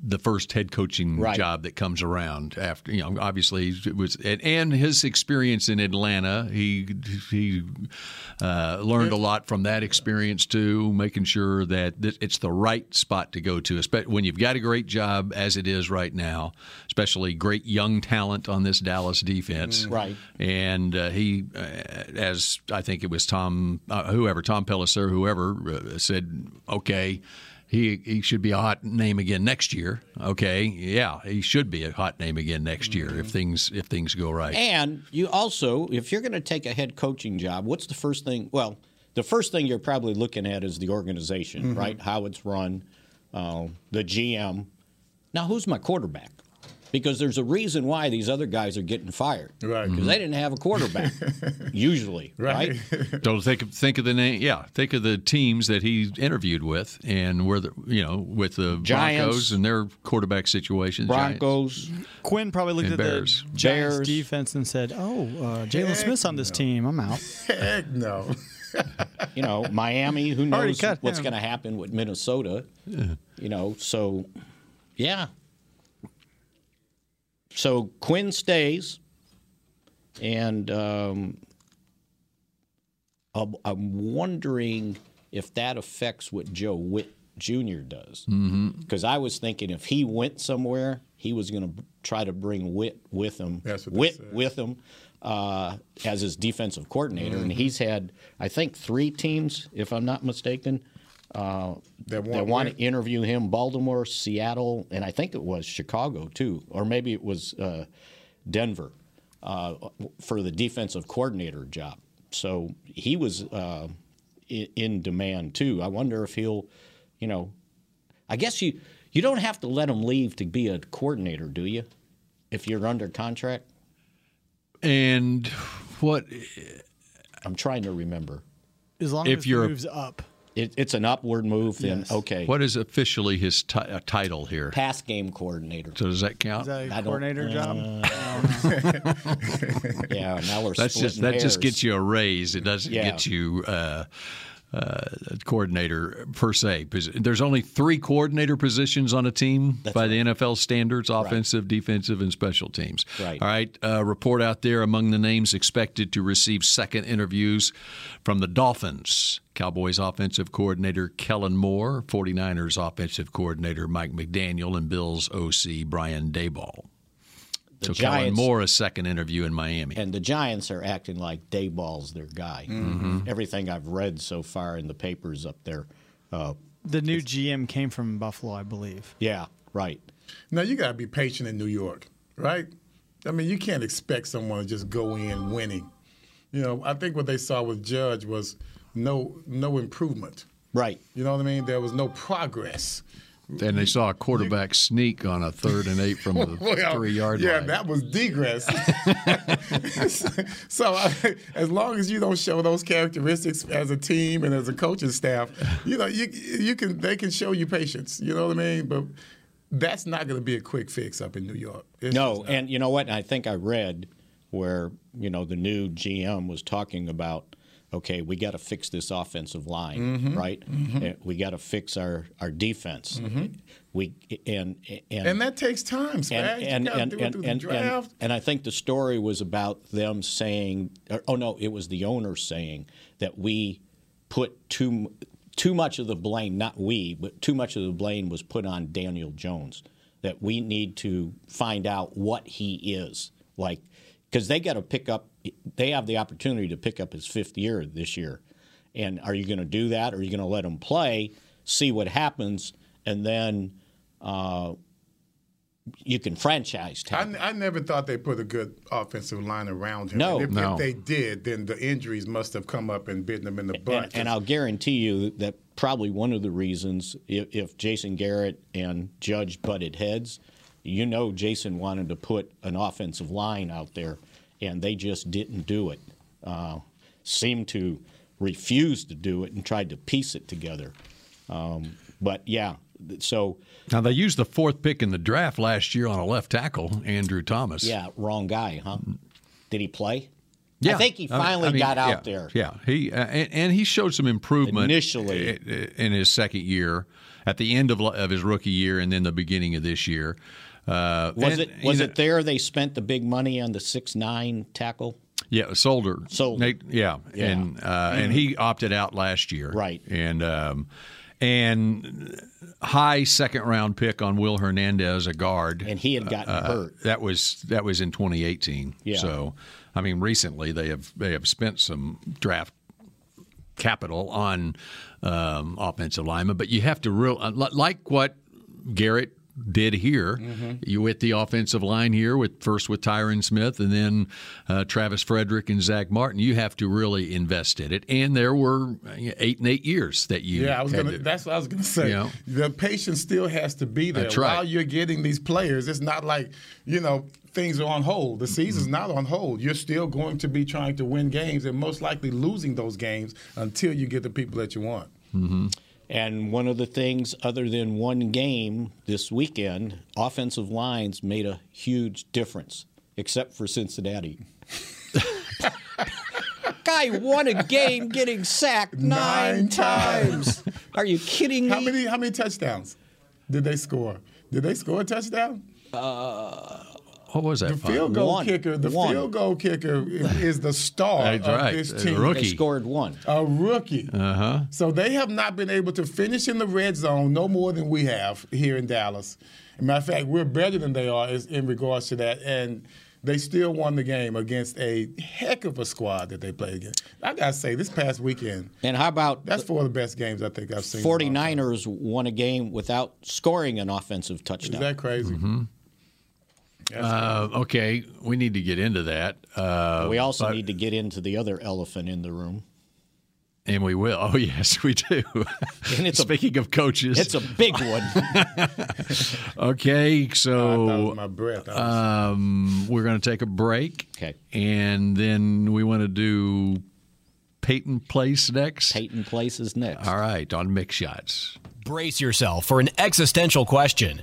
[SPEAKER 1] the first head coaching
[SPEAKER 3] Right.
[SPEAKER 1] job that comes around after you know obviously it was and, and his experience in Atlanta he he uh, learned a lot from that experience too making sure that th- it's the right spot to go to especially when you've got a great job as it is right now especially great young talent on this Dallas defense
[SPEAKER 3] Mm, Right.
[SPEAKER 1] and uh, he, uh, as I think it was Tom, uh, whoever, Tom Pellicer, whoever, uh, said, okay, he, he should be a hot name again next year. Okay, yeah, he should be a hot name again next year if things if things go right.
[SPEAKER 3] And you also, if you're going to take a head coaching job, what's the first thing? Well, the first thing you're probably looking at is the organization,
[SPEAKER 2] Mm-hmm.
[SPEAKER 3] right? How it's run, uh, the GM. Now, who's my quarterback? Because there's a reason why these other guys are getting fired,
[SPEAKER 2] Right. Mm-hmm.
[SPEAKER 3] Because they didn't have a quarterback, usually, right?
[SPEAKER 1] So think of, think of the name, yeah, think of the teams that he interviewed with, and where the you know with the
[SPEAKER 3] Giants.
[SPEAKER 1] Broncos and their quarterback situation. Giants.
[SPEAKER 3] Broncos,
[SPEAKER 4] Quinn probably looked
[SPEAKER 1] And
[SPEAKER 4] at
[SPEAKER 1] Bears.
[SPEAKER 4] the Giants
[SPEAKER 3] Bears.
[SPEAKER 4] defense and said, "Oh, uh, Jalen Smith's on this team. I'm out."
[SPEAKER 2] Heck no.
[SPEAKER 3] you know, Miami. Who
[SPEAKER 4] Already
[SPEAKER 3] knows
[SPEAKER 4] cut
[SPEAKER 3] what's
[SPEAKER 4] him.
[SPEAKER 3] going to happen with Minnesota? You know, so yeah. So Quinn stays, and um, I'm, I'm wondering if that affects what Joe Witt Jr. does. Because I was thinking if he went somewhere, he was going to try to bring Witt with him.
[SPEAKER 2] That's what they
[SPEAKER 3] Witt
[SPEAKER 2] said.
[SPEAKER 3] with him uh, as his defensive coordinator,
[SPEAKER 2] Mm-hmm.
[SPEAKER 3] and he's had I think three teams, if I'm not mistaken, uh,
[SPEAKER 2] That
[SPEAKER 3] that,
[SPEAKER 2] want
[SPEAKER 3] want
[SPEAKER 2] Witt.
[SPEAKER 3] to interview him: Baltimore, Seattle, and I think it was Chicago too, or maybe it was uh, Denver uh, for the defensive coordinator job. So he was uh, in, in demand too. I wonder if he'll, you know, I guess you you don't have to let him leave to be a coordinator, do you? If you're under contract.
[SPEAKER 1] and what
[SPEAKER 3] I'm trying to remember.
[SPEAKER 4] As long
[SPEAKER 1] If
[SPEAKER 4] as
[SPEAKER 1] you're a-
[SPEAKER 4] he moves up,
[SPEAKER 3] It, it's an upward move, then
[SPEAKER 4] Yes.
[SPEAKER 3] okay.
[SPEAKER 1] what is officially his ti- uh, title here?
[SPEAKER 3] Pass game coordinator.
[SPEAKER 1] So does that count?
[SPEAKER 4] is that a
[SPEAKER 3] don't-
[SPEAKER 4] coordinator job?
[SPEAKER 3] Yeah, now we're
[SPEAKER 1] That's just that
[SPEAKER 3] splitting
[SPEAKER 1] just
[SPEAKER 3] hairs.
[SPEAKER 1] gets you a raise. It doesn't
[SPEAKER 3] Yeah.
[SPEAKER 1] get you uh, uh, coordinator per se. Pos- There's only three coordinator positions on a team by the NFL standards: offensive, defensive, and special teams.
[SPEAKER 3] Right.
[SPEAKER 1] All right. Uh, report out there among the names expected to receive second interviews from the Dolphins. Cowboys offensive coordinator Kellen Moore, 49ers offensive coordinator Mike McDaniel, and Bills OC Brian Dayball.
[SPEAKER 3] The
[SPEAKER 1] So Kellen
[SPEAKER 3] Giants-
[SPEAKER 1] Moore, a second interview in Miami.
[SPEAKER 3] And the Giants are acting like Dayball's their guy.
[SPEAKER 2] Mm-hmm.
[SPEAKER 3] Everything I've read so far in the papers up there. Uh,
[SPEAKER 4] The new GM came from Buffalo, I believe.
[SPEAKER 3] yeah, right.
[SPEAKER 2] Now you got to be patient in New York, right? I mean, you can't expect someone to just go in winning. You know, I think what they saw with Judge was no no improvement.
[SPEAKER 3] Right.
[SPEAKER 2] You know what I mean? There was no progress.
[SPEAKER 1] And they saw a quarterback sneak on a third and eight from the
[SPEAKER 2] Well,
[SPEAKER 1] three yard
[SPEAKER 2] yeah,
[SPEAKER 1] line.
[SPEAKER 2] that was degress. so I, as long as you don't show those characteristics as a team and as a coaching staff, you know, you you can they can show you patience. You know what I mean? But that's not going to be a quick fix up in New York. It's
[SPEAKER 3] No,
[SPEAKER 2] just not.
[SPEAKER 3] and you know what? I think I read where you know the new GM was talking about. Okay, we got to fix this offensive line,
[SPEAKER 2] Mm-hmm.
[SPEAKER 3] right? And We got to fix our our defense. We and and
[SPEAKER 2] Mm-hmm. and that takes time. Spag. you
[SPEAKER 3] and
[SPEAKER 2] got to
[SPEAKER 3] and
[SPEAKER 2] do it
[SPEAKER 3] and
[SPEAKER 2] through
[SPEAKER 3] and,
[SPEAKER 2] the
[SPEAKER 3] and,
[SPEAKER 2] draft.
[SPEAKER 3] and I think the story was about them saying, or, oh no, it was the owner saying that we put too m- too much of the blame, not we, but too much of the blame was put on Daniel Jones. That we need to find out what he is like, because they got to pick up. They have the opportunity to pick up his fifth year this year, and are you going to do that? Or are you going to let him play, see what happens, and then? Uh, you can franchise
[SPEAKER 2] I,
[SPEAKER 3] tag.
[SPEAKER 2] n- I never thought they put a good offensive line around him.
[SPEAKER 3] No.
[SPEAKER 2] And if,
[SPEAKER 1] No.
[SPEAKER 2] if they did, then the injuries must have come up and bitten him in the butt.
[SPEAKER 3] And, and I'll guarantee you that probably one of the reasons, if, if Jason Garrett and Judge butted heads, you know Jason wanted to put an offensive line out there, and they just didn't do it. Uh, seemed to refuse to do it and tried to piece it together. Um, but yeah, th- so
[SPEAKER 1] now, they used the fourth pick in the draft last year on a left tackle, Andrew Thomas.
[SPEAKER 3] yeah, wrong guy, huh? Did he play?
[SPEAKER 1] Yeah.
[SPEAKER 3] I think he
[SPEAKER 1] mean-
[SPEAKER 3] finally
[SPEAKER 1] I mean,
[SPEAKER 3] got out
[SPEAKER 1] yeah,
[SPEAKER 3] there.
[SPEAKER 1] Yeah, he uh, and, and he showed some improvement
[SPEAKER 3] Initially.
[SPEAKER 1] i- i- in his second year, at the end of, of his rookie year, and then the beginning of this year. Uh,
[SPEAKER 3] Was
[SPEAKER 1] and,
[SPEAKER 3] it was
[SPEAKER 1] you
[SPEAKER 3] it there they spent the big money on the six nine tackle?
[SPEAKER 1] Yeah, Solder.
[SPEAKER 3] Solder.
[SPEAKER 1] Nate- yeah.
[SPEAKER 3] Yeah. Mm-hmm.
[SPEAKER 1] and uh, and he opted out last year.
[SPEAKER 3] Right.
[SPEAKER 1] and um, and high second round pick on Will Hernandez, a guard,
[SPEAKER 3] And he had gotten
[SPEAKER 1] uh,
[SPEAKER 3] hurt.
[SPEAKER 1] That was that was in 2018.
[SPEAKER 3] Yeah.
[SPEAKER 1] So, I mean, recently they have they have spent some draft capital on um, offensive linemen, but you have to real uh, li- like what Garrett did here.
[SPEAKER 2] Mm-hmm.
[SPEAKER 1] You with the offensive line here with first with Tyron Smith and then uh, Travis Frederick and Zach Martin. You have to really invest in it, and there were uh, eight and eight years that you
[SPEAKER 2] Yeah, I was
[SPEAKER 1] had
[SPEAKER 2] gonna.
[SPEAKER 1] to-
[SPEAKER 2] That's what I was gonna say.
[SPEAKER 1] Yeah.
[SPEAKER 2] The patience still has to be there
[SPEAKER 1] That's right.
[SPEAKER 2] while you're getting these players. It's not like you know things are on hold. The season's
[SPEAKER 1] Mm-hmm.
[SPEAKER 2] not on hold. You're still going to be trying to win games and most likely losing those games until you get the people that you want.
[SPEAKER 3] And one of the things, other than one game this weekend, offensive lines made a huge difference, except for Cincinnati. Guy won a game getting sacked nine,
[SPEAKER 2] Nine
[SPEAKER 3] times. Are you kidding me?
[SPEAKER 2] How many? How many touchdowns did they score? Did they score a touchdown?
[SPEAKER 1] what was that? Bob?
[SPEAKER 2] Field goal
[SPEAKER 3] One.
[SPEAKER 2] kicker. The
[SPEAKER 3] One.
[SPEAKER 2] field goal kicker is is the star
[SPEAKER 1] That's
[SPEAKER 2] of
[SPEAKER 1] right.
[SPEAKER 2] this
[SPEAKER 1] A
[SPEAKER 2] team.
[SPEAKER 1] rookie.
[SPEAKER 3] They scored one.
[SPEAKER 2] A rookie. Uh-huh. So they have not been able to finish in the red zone no more than we have here in Dallas. matter of fact, we're better than they are is- in regards to that. And they still won the game against a heck of a squad that they played against. I got to say, this past weekend,
[SPEAKER 3] And how about
[SPEAKER 2] that's four of the best games I think I've seen. in a long time.
[SPEAKER 3] 49ers won a game without scoring an offensive touchdown?
[SPEAKER 2] Is that crazy?
[SPEAKER 1] Uh, okay, we need to get into that. Uh,
[SPEAKER 3] we also need to get into the other elephant in the room.
[SPEAKER 1] And we will. Oh yes, we do.
[SPEAKER 3] And it's a-
[SPEAKER 1] Speaking of coaches,
[SPEAKER 3] It's a big one.
[SPEAKER 2] I
[SPEAKER 1] okay.
[SPEAKER 2] thought it was
[SPEAKER 1] So
[SPEAKER 2] my breath. I was-
[SPEAKER 1] um, we're going to take a break.
[SPEAKER 3] Okay.
[SPEAKER 1] And then we want to do Peyton Place next.
[SPEAKER 3] Peyton places next.
[SPEAKER 1] All right, on mix shots.
[SPEAKER 5] Brace yourself for an existential question.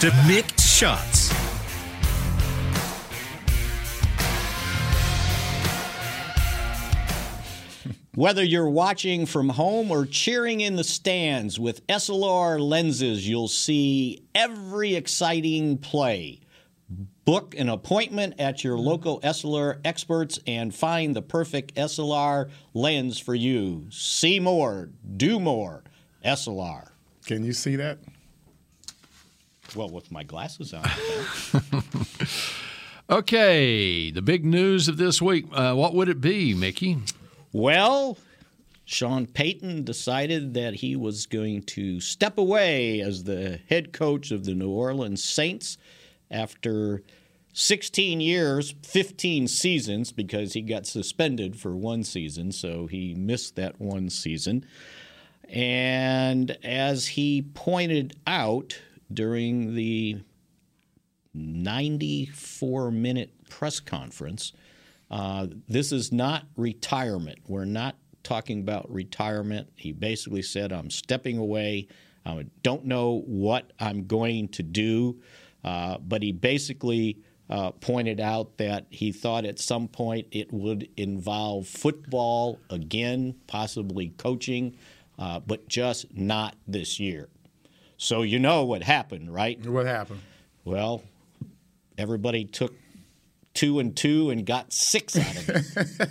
[SPEAKER 6] to mixed shots.
[SPEAKER 3] Whether you're watching from home or cheering in the stands with SLR lenses, you'll see every exciting play. Book an appointment at your local SLR experts and find the perfect SLR lens for you. See more, do more. SLR.
[SPEAKER 2] Can you see that?
[SPEAKER 3] Well, with my glasses on.
[SPEAKER 6] Okay, the big news of this week. Uh, what would it be, Mickey?
[SPEAKER 3] Well, Sean Payton decided that he was going to step away as the head coach of the New Orleans Saints after 16 years, 15 seasons, because he got suspended for one season, so he missed that one season. And as he pointed out during the 94 minute press conference, uh, this is not retirement. We're not talking about retirement. He basically said, I'm stepping away. I don't know what I'm going to do. Uh, but he basically uh, pointed out that he thought at some point it would involve football again, possibly coaching, uh, but just not this year. So you know what happened, right?
[SPEAKER 2] What happened?
[SPEAKER 3] Well, everybody took two and two and got six out of it.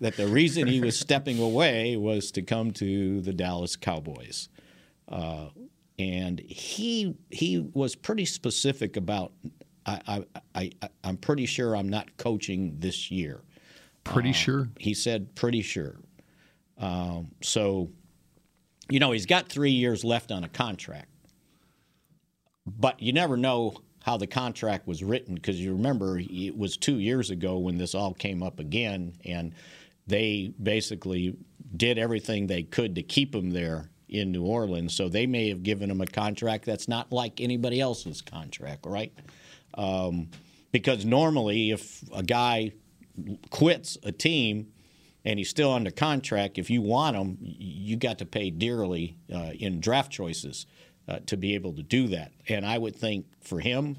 [SPEAKER 3] that the reason he was stepping away was to come to the Dallas Cowboys. Uh, and he he was pretty specific about I, I, I, I'm pretty sure I'm not coaching this year.
[SPEAKER 1] Pretty
[SPEAKER 3] Uh,
[SPEAKER 1] sure?
[SPEAKER 3] He said pretty sure. Um, so, you know, he's got three years left on a contract but you never know how the contract was written because you remember it was two years ago when this all came up again, and they basically did everything they could to keep him there in New Orleans. So they may have given him a contract that's not like anybody else's contract, right? Um, because normally, if a guy quits a team and he's still under contract, if you want him, you got to pay dearly uh, in draft choices uh, to be able to do that. And I would think for him,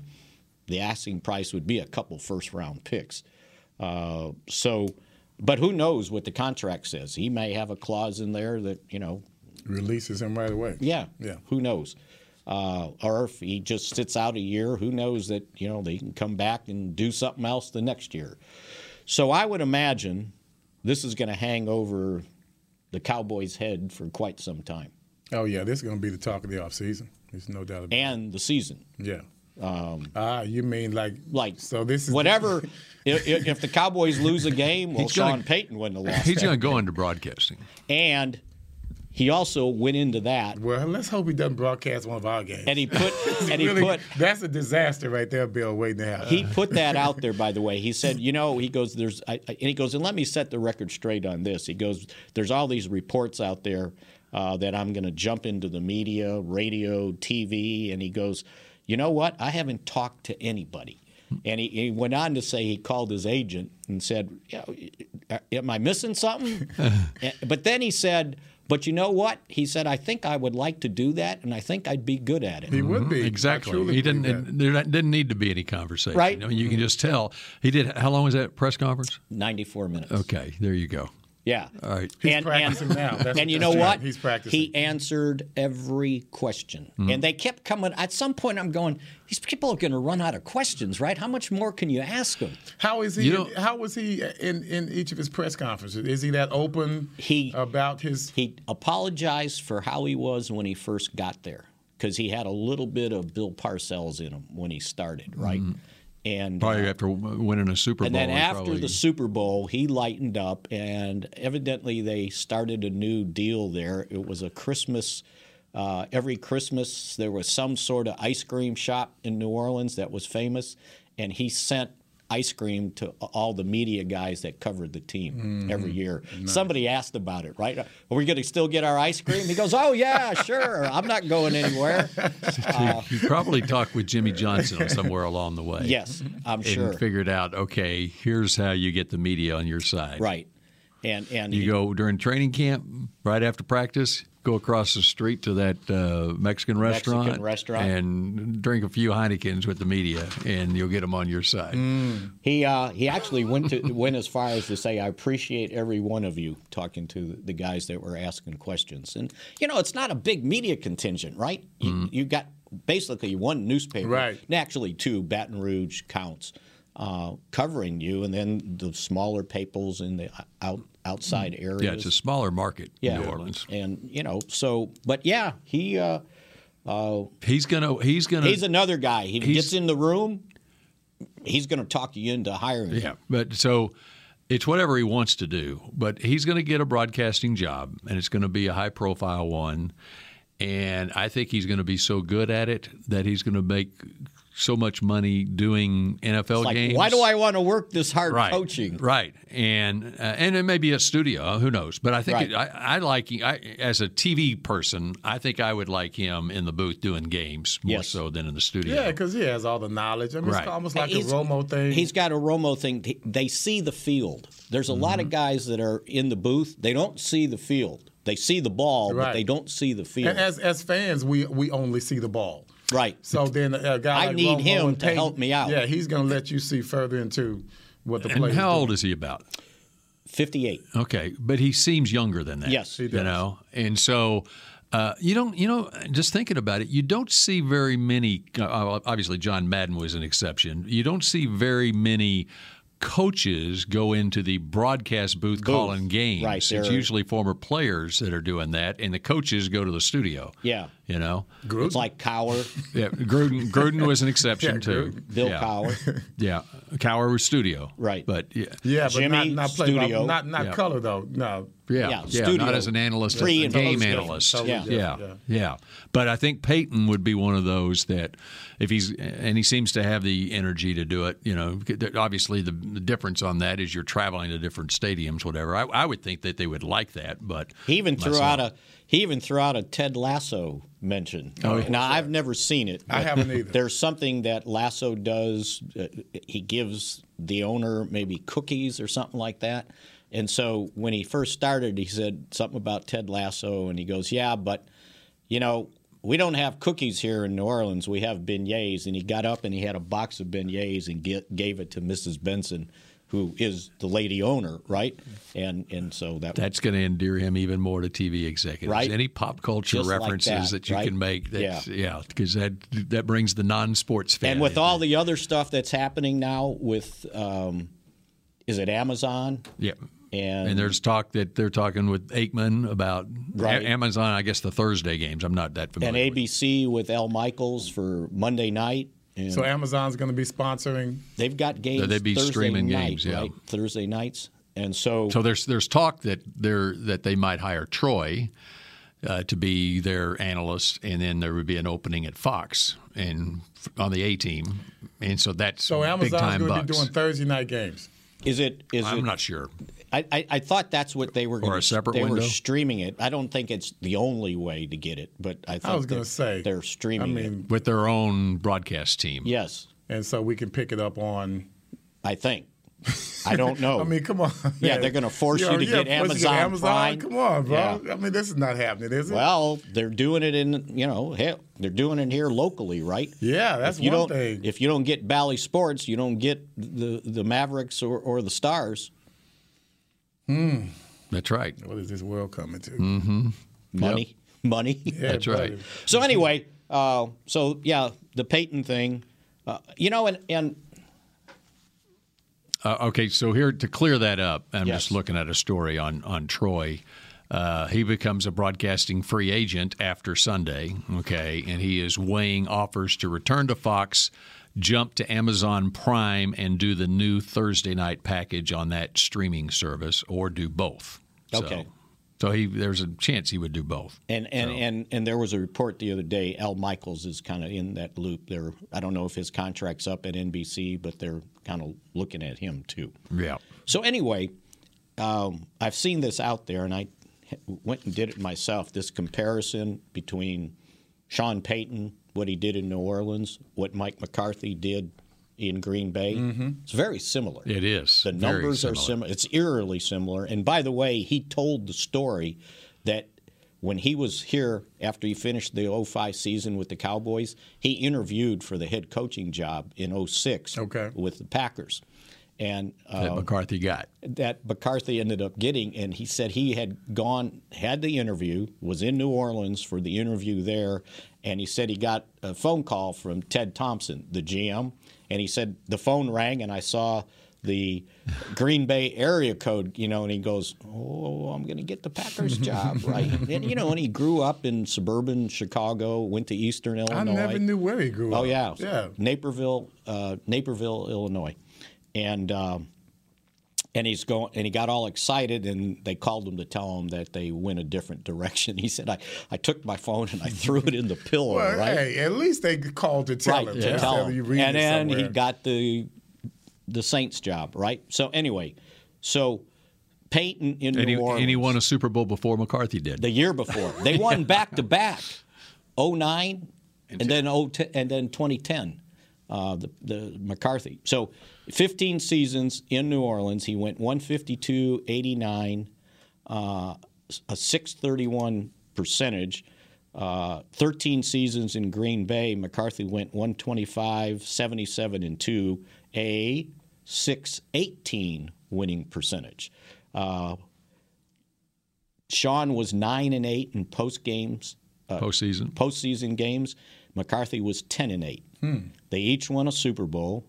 [SPEAKER 3] the asking price would be a couple first round picks. Uh, so, but who knows what the contract says? He may have a clause in there that, you know,
[SPEAKER 2] Releases him right away.
[SPEAKER 3] yeah.
[SPEAKER 2] Yeah.
[SPEAKER 3] Who knows? Uh, or if he just sits out a year, who knows that you know they can come back and do something else the next year. So I would imagine this is going to hang over the Cowboys' head for quite some time
[SPEAKER 2] Oh, yeah, this is going to be the talk of the offseason. There's no doubt about it.
[SPEAKER 3] and the season.
[SPEAKER 2] Yeah.
[SPEAKER 3] Um,
[SPEAKER 2] Ah, you mean like
[SPEAKER 3] like
[SPEAKER 2] so this is
[SPEAKER 3] whatever. if, if if the Cowboys lose a game, well,
[SPEAKER 1] He's gonna-
[SPEAKER 3] Sean Payton wouldn't have lost.
[SPEAKER 1] He's
[SPEAKER 3] that
[SPEAKER 1] going to go into broadcasting.
[SPEAKER 3] and he also went into that.
[SPEAKER 2] Well, let's hope he doesn't broadcast one of our games.
[SPEAKER 3] And he put and
[SPEAKER 2] Really,
[SPEAKER 3] he put
[SPEAKER 2] that's a disaster right there, Bill. Waiting to happen.
[SPEAKER 3] he put that out there by the way he said you know he goes there's I, I- and he goes and let me set the record straight on this he goes there's all these reports out there uh, that i'm going to jump into the media radio tv and he goes you know what i haven't talked to anybody and he, he went on to say he called his agent and said "Yeah, uh, am i missing something And- but then he said but you know what he said i think i would like to do that and i think i'd be good at it
[SPEAKER 2] He would be
[SPEAKER 1] Mm-hmm. Exactly.
[SPEAKER 2] truly
[SPEAKER 1] He didn't.
[SPEAKER 2] believe
[SPEAKER 1] There not- didn't need to be any conversation.
[SPEAKER 3] Right.
[SPEAKER 1] I mean, you can just tell. He did. How long was that press conference?
[SPEAKER 3] 94 minutes
[SPEAKER 1] Okay. There you go.
[SPEAKER 3] Yeah.
[SPEAKER 1] All right.
[SPEAKER 2] He's
[SPEAKER 3] and,
[SPEAKER 2] practicing
[SPEAKER 3] and,
[SPEAKER 2] now. That's
[SPEAKER 3] and
[SPEAKER 2] what-
[SPEAKER 3] you know
[SPEAKER 2] that's
[SPEAKER 3] what?
[SPEAKER 2] right. He's practicing.
[SPEAKER 3] He answered every question.
[SPEAKER 2] Mhm.
[SPEAKER 1] Mm-hmm.
[SPEAKER 3] And they kept coming. At some point, I'm going, these people are going to run out of questions, right? How much more can you ask them?
[SPEAKER 2] How is he?
[SPEAKER 3] You know-
[SPEAKER 2] how was he in, in each of his press conferences? Is he that open?
[SPEAKER 3] He
[SPEAKER 2] about his.
[SPEAKER 3] He apologized for how he was when he first got there because he had a little bit of Bill Parcells in him when he started, right?
[SPEAKER 1] Mhm.
[SPEAKER 3] And
[SPEAKER 1] Probably after winning a Super
[SPEAKER 3] and
[SPEAKER 1] Bowl.
[SPEAKER 3] then
[SPEAKER 1] he
[SPEAKER 3] after
[SPEAKER 1] probably-
[SPEAKER 3] the Super Bowl, he lightened up, and evidently they started a new deal there. It was a Christmas. Uh, every Christmas, there was some sort of ice cream shop in New Orleans that was famous, and he sent ice cream to all the media guys that covered the team
[SPEAKER 1] Mm-hmm.
[SPEAKER 3] every year. Somebody asked about it, right? Are we going to still get our ice cream? He goes, "Oh yeah, sure. I'm not going anywhere."
[SPEAKER 1] you probably talked with Jimmy Johnson somewhere along the way.
[SPEAKER 3] Yes, I'm
[SPEAKER 1] and
[SPEAKER 3] sure.
[SPEAKER 1] figured out, okay, here's how you get the media on your side.
[SPEAKER 3] Right. And and
[SPEAKER 1] you
[SPEAKER 3] he-
[SPEAKER 1] go during training camp, right after practice, go across the street to that uh, Mexican restaurant,
[SPEAKER 3] restaurant.
[SPEAKER 1] and drink a few Heinekens with the media, and you'll get them on your side.
[SPEAKER 3] He uh, he actually went to went as far as to say, "I appreciate every one of you talking to the guys that were asking questions." And you know, it's not a big media contingent, right? You,
[SPEAKER 1] Mm-hmm.
[SPEAKER 3] you got basically one newspaper,
[SPEAKER 2] Right.
[SPEAKER 3] and actually two Baton Rouge counts uh, covering you, and then the smaller papers in the out outside areas.
[SPEAKER 1] Mm-hmm. Yeah, it's a smaller market,
[SPEAKER 3] Yeah.
[SPEAKER 1] New Orleans.
[SPEAKER 3] and you know, so but yeah, he. Uh, uh,
[SPEAKER 1] He's gonna. He's gonna.
[SPEAKER 3] He's another guy. He
[SPEAKER 1] Hmm. He's-
[SPEAKER 3] gets in the room. He's going to talk you into hiring him.
[SPEAKER 1] Yeah, but so it's whatever he wants to do. But he's going to get a broadcasting job, and it's going to be a high profile one. And I think he's going to be so good at it that he's going to make so much money doing NFL
[SPEAKER 3] It's like,
[SPEAKER 1] games.
[SPEAKER 3] why do I want to work this hard
[SPEAKER 1] Right,
[SPEAKER 3] coaching?
[SPEAKER 1] right, and uh, and it may be a studio. Who knows? But I think
[SPEAKER 3] Right.
[SPEAKER 1] it, I, I like I, as a TV person. I think I would like him in the booth doing games more
[SPEAKER 3] Yes.
[SPEAKER 1] so than in the studio.
[SPEAKER 2] Yeah, because he has all the knowledge. I mean,
[SPEAKER 1] Right.
[SPEAKER 2] it's almost like
[SPEAKER 3] He's-
[SPEAKER 2] a Romo thing.
[SPEAKER 3] He's got a Romo thing. They see the field. There's a
[SPEAKER 2] Mm-hmm.
[SPEAKER 3] lot of guys that are in the booth. They don't see the field. They see the ball, but
[SPEAKER 2] Right.
[SPEAKER 3] they don't see the field.
[SPEAKER 2] and as as fans, we we only see the ball.
[SPEAKER 3] right.
[SPEAKER 2] So then a guy
[SPEAKER 3] I
[SPEAKER 2] like
[SPEAKER 3] need
[SPEAKER 2] Romo
[SPEAKER 3] him
[SPEAKER 2] and
[SPEAKER 3] to
[SPEAKER 2] Peyton-
[SPEAKER 3] help me out.
[SPEAKER 2] Yeah, he's going to let you see further into what the
[SPEAKER 1] And
[SPEAKER 2] players.
[SPEAKER 1] how
[SPEAKER 2] do.
[SPEAKER 1] old is he about?
[SPEAKER 3] 58.
[SPEAKER 1] Okay, but he seems younger than that.
[SPEAKER 3] Yes, he
[SPEAKER 1] You
[SPEAKER 3] does.
[SPEAKER 1] know, and so uh, you don't. You know, just thinking about it, you don't see very many. Uh, obviously, John Madden was an exception. You don't see very many. Coaches go into the broadcast booth, calling games.
[SPEAKER 3] Right,
[SPEAKER 1] it's
[SPEAKER 3] they're-
[SPEAKER 1] usually former players that are doing that, and the coaches go to the studio.
[SPEAKER 3] Yeah.
[SPEAKER 1] You know,
[SPEAKER 3] It's like Cower,
[SPEAKER 1] yeah, Gruden. Gruden was an exception
[SPEAKER 3] Yeah,
[SPEAKER 1] too.
[SPEAKER 3] Gruden. Bill
[SPEAKER 1] yeah.
[SPEAKER 3] Cowher.
[SPEAKER 1] Yeah, Cowher was studio.
[SPEAKER 3] Right.
[SPEAKER 1] but yeah,
[SPEAKER 2] Yeah, but
[SPEAKER 3] Jimmy,
[SPEAKER 2] not, not play by-
[SPEAKER 3] studio.
[SPEAKER 2] not not
[SPEAKER 1] Yeah.
[SPEAKER 2] color though. No.
[SPEAKER 1] Yeah, yeah,
[SPEAKER 3] studio.
[SPEAKER 1] not as an analyst, as
[SPEAKER 3] Pre
[SPEAKER 1] a
[SPEAKER 3] and
[SPEAKER 1] game
[SPEAKER 3] post-game.
[SPEAKER 1] analyst.
[SPEAKER 3] Totally
[SPEAKER 1] yeah. Yeah.
[SPEAKER 3] different,
[SPEAKER 1] yeah, But I think Peyton would be one of those that, if he's and he seems to have the energy to do it. You know, obviously the, the difference on that is you're traveling to different stadiums, whatever. I, I would think that they would like that, but
[SPEAKER 3] He even threw
[SPEAKER 1] Myself.
[SPEAKER 3] out a he even threw out a Ted Lasso mention.
[SPEAKER 1] Oh, yeah.
[SPEAKER 3] Now I've never seen it.
[SPEAKER 2] I
[SPEAKER 3] but
[SPEAKER 2] haven't either.
[SPEAKER 3] There's something that Lasso does. Uh, he gives the owner maybe cookies or something like that. And so when he first started, he said something about Ted Lasso, and he goes, "Yeah, but you know." We don't have cookies here in New Orleans. We have beignets. And he got up and he had a box of beignets and get, gave it to Mrs. Benson, who is the lady owner, right? And and so that
[SPEAKER 1] that's going to endear him even more to TV executives.
[SPEAKER 3] Right.
[SPEAKER 1] Any pop culture
[SPEAKER 3] Just like
[SPEAKER 1] references
[SPEAKER 3] that,
[SPEAKER 1] that, you
[SPEAKER 3] right?
[SPEAKER 1] can make. That's,
[SPEAKER 3] Yeah.
[SPEAKER 1] yeah, because that that brings the non-sports fan.
[SPEAKER 3] and
[SPEAKER 1] in.
[SPEAKER 3] with all the other stuff that's happening now with um, is it amazon
[SPEAKER 1] yeah.
[SPEAKER 3] and,
[SPEAKER 1] And there's talk that they're talking with Aikman about
[SPEAKER 3] Right.
[SPEAKER 1] A- Amazon. I guess the Thursday games. I'm not that
[SPEAKER 3] and
[SPEAKER 1] familiar.
[SPEAKER 3] abc with al michaels for monday night and
[SPEAKER 2] So Amazon's going to be sponsoring.
[SPEAKER 3] they've got games
[SPEAKER 1] They'd be
[SPEAKER 3] Thursday
[SPEAKER 1] streaming
[SPEAKER 3] night,
[SPEAKER 1] games, yeah.
[SPEAKER 3] right? thursday nights and so
[SPEAKER 1] so there's there's talk that they're that they might hire Troy uh, to be their analyst, and then there would be an opening at Fox and f- on the A team, and so that's
[SPEAKER 2] So
[SPEAKER 1] big
[SPEAKER 2] Amazon's
[SPEAKER 1] time
[SPEAKER 2] going to
[SPEAKER 1] bucks.
[SPEAKER 2] be doing Thursday night games.
[SPEAKER 3] is it is
[SPEAKER 1] I'm
[SPEAKER 3] it
[SPEAKER 1] not sure.
[SPEAKER 3] I, I, I thought that's what they were going
[SPEAKER 1] a separate
[SPEAKER 3] they were
[SPEAKER 1] window?
[SPEAKER 3] streaming it i don't think it's the only way to get it but i, think
[SPEAKER 2] was gonna
[SPEAKER 3] that
[SPEAKER 2] say,
[SPEAKER 3] they're streaming
[SPEAKER 2] I
[SPEAKER 3] it
[SPEAKER 2] mean,
[SPEAKER 1] with their own broadcast team.
[SPEAKER 3] yes
[SPEAKER 2] and so we can pick it up on.
[SPEAKER 3] i think i don't know
[SPEAKER 2] I mean, come on.
[SPEAKER 3] Oh. Yeah, they're gonna force you to get
[SPEAKER 2] force you to
[SPEAKER 3] Amazon Prime.
[SPEAKER 2] Come on, bro.
[SPEAKER 3] Yeah.
[SPEAKER 2] I mean, this is not happening, is it?
[SPEAKER 3] Well, they're doing it in you know hell, they're doing it here locally, right?
[SPEAKER 2] Yeah, that's
[SPEAKER 3] if you
[SPEAKER 2] one
[SPEAKER 3] don't,
[SPEAKER 2] thing.
[SPEAKER 3] If you don't get Bally Sports, you don't get the the Mavericks or, or the Stars.
[SPEAKER 1] That's right.
[SPEAKER 2] What is this world coming to?
[SPEAKER 1] Mm-hmm.
[SPEAKER 3] Money. Money.
[SPEAKER 1] That's right. buddy.
[SPEAKER 3] So anyway, uh, so yeah, the Peyton thing, uh, you know, and and
[SPEAKER 1] Uh, okay, so here to clear that up, I'm
[SPEAKER 3] Yes.
[SPEAKER 1] just looking at a story on on Troy. Uh, he becomes a broadcasting free agent after Sunday. Okay, and he is weighing offers to return to Fox, jump to Amazon Prime, and do the new Thursday night package on that streaming service, or do both.
[SPEAKER 3] Okay.
[SPEAKER 1] So, so he there's a chance he would do both.
[SPEAKER 3] And and, and and there was a report the other day. Al Michaels is kind of in that loop. There, I don't know if his contract's up at NBC, but they're kind of looking at him too.
[SPEAKER 1] Yeah.
[SPEAKER 3] So anyway, um, I've seen this out there, and I went and did it myself. This comparison between Sean Payton, what he did in New Orleans, what Mike McCarthy did in Green Bay. It's very similar.
[SPEAKER 1] Mm-hmm. It is.
[SPEAKER 3] The
[SPEAKER 1] Very
[SPEAKER 3] numbers are
[SPEAKER 1] similar.
[SPEAKER 3] similar. It's eerily similar. And by the way, he told the story that when he was here after he finished the 05 season with the Cowboys, he interviewed for the head coaching job in 06 with the Packers. And
[SPEAKER 1] That
[SPEAKER 3] uh,
[SPEAKER 1] McCarthy got.
[SPEAKER 3] that McCarthy ended up getting, and he said he had gone, had the interview, was in New Orleans for the interview there, and he said he got a phone call from Ted Thompson, the GM, and he said the phone rang, and I saw the Green Bay area code, you know, and he goes, "Oh, I'm going to get the Packers job, right?" And you know, and he grew up in suburban Chicago, went to Eastern
[SPEAKER 2] I
[SPEAKER 3] Illinois.
[SPEAKER 2] never knew where he grew
[SPEAKER 3] Oh
[SPEAKER 2] up.
[SPEAKER 3] yeah,
[SPEAKER 2] Uh, yeah.
[SPEAKER 3] Naperville, uh, Naperville, Illinois, and um, and he's going and he got all excited and they called him to tell him that they went a different direction. He said, "I, I took my phone and I threw it in the pillow,
[SPEAKER 2] Well,
[SPEAKER 3] right?"
[SPEAKER 2] hey, at least they called to tell
[SPEAKER 3] right
[SPEAKER 2] him.
[SPEAKER 3] to
[SPEAKER 2] instead
[SPEAKER 3] tell
[SPEAKER 2] of
[SPEAKER 3] him.
[SPEAKER 2] you reading
[SPEAKER 3] and
[SPEAKER 2] it
[SPEAKER 3] then he
[SPEAKER 2] somewhere.
[SPEAKER 3] got the the Saints job, right? So anyway, so Peyton in
[SPEAKER 1] And he,
[SPEAKER 3] New Orleans
[SPEAKER 1] and he won a Super Bowl before McCarthy did.
[SPEAKER 3] the year before. They won back to back, 09 and then 010 and then 2010. Uh, the, the McCarthy. So 15 seasons in New Orleans. He went 152, 89, uh, a 631 percentage. Uh, 13 seasons in Green Bay. McCarthy went 125, 77, and 2, a 618 winning percentage. Uh, Sean was nine and eight in post games, uh,
[SPEAKER 1] postseason
[SPEAKER 3] postseason games. McCarthy was ten and eight.
[SPEAKER 2] Hmm.
[SPEAKER 3] They each won a Super Bowl.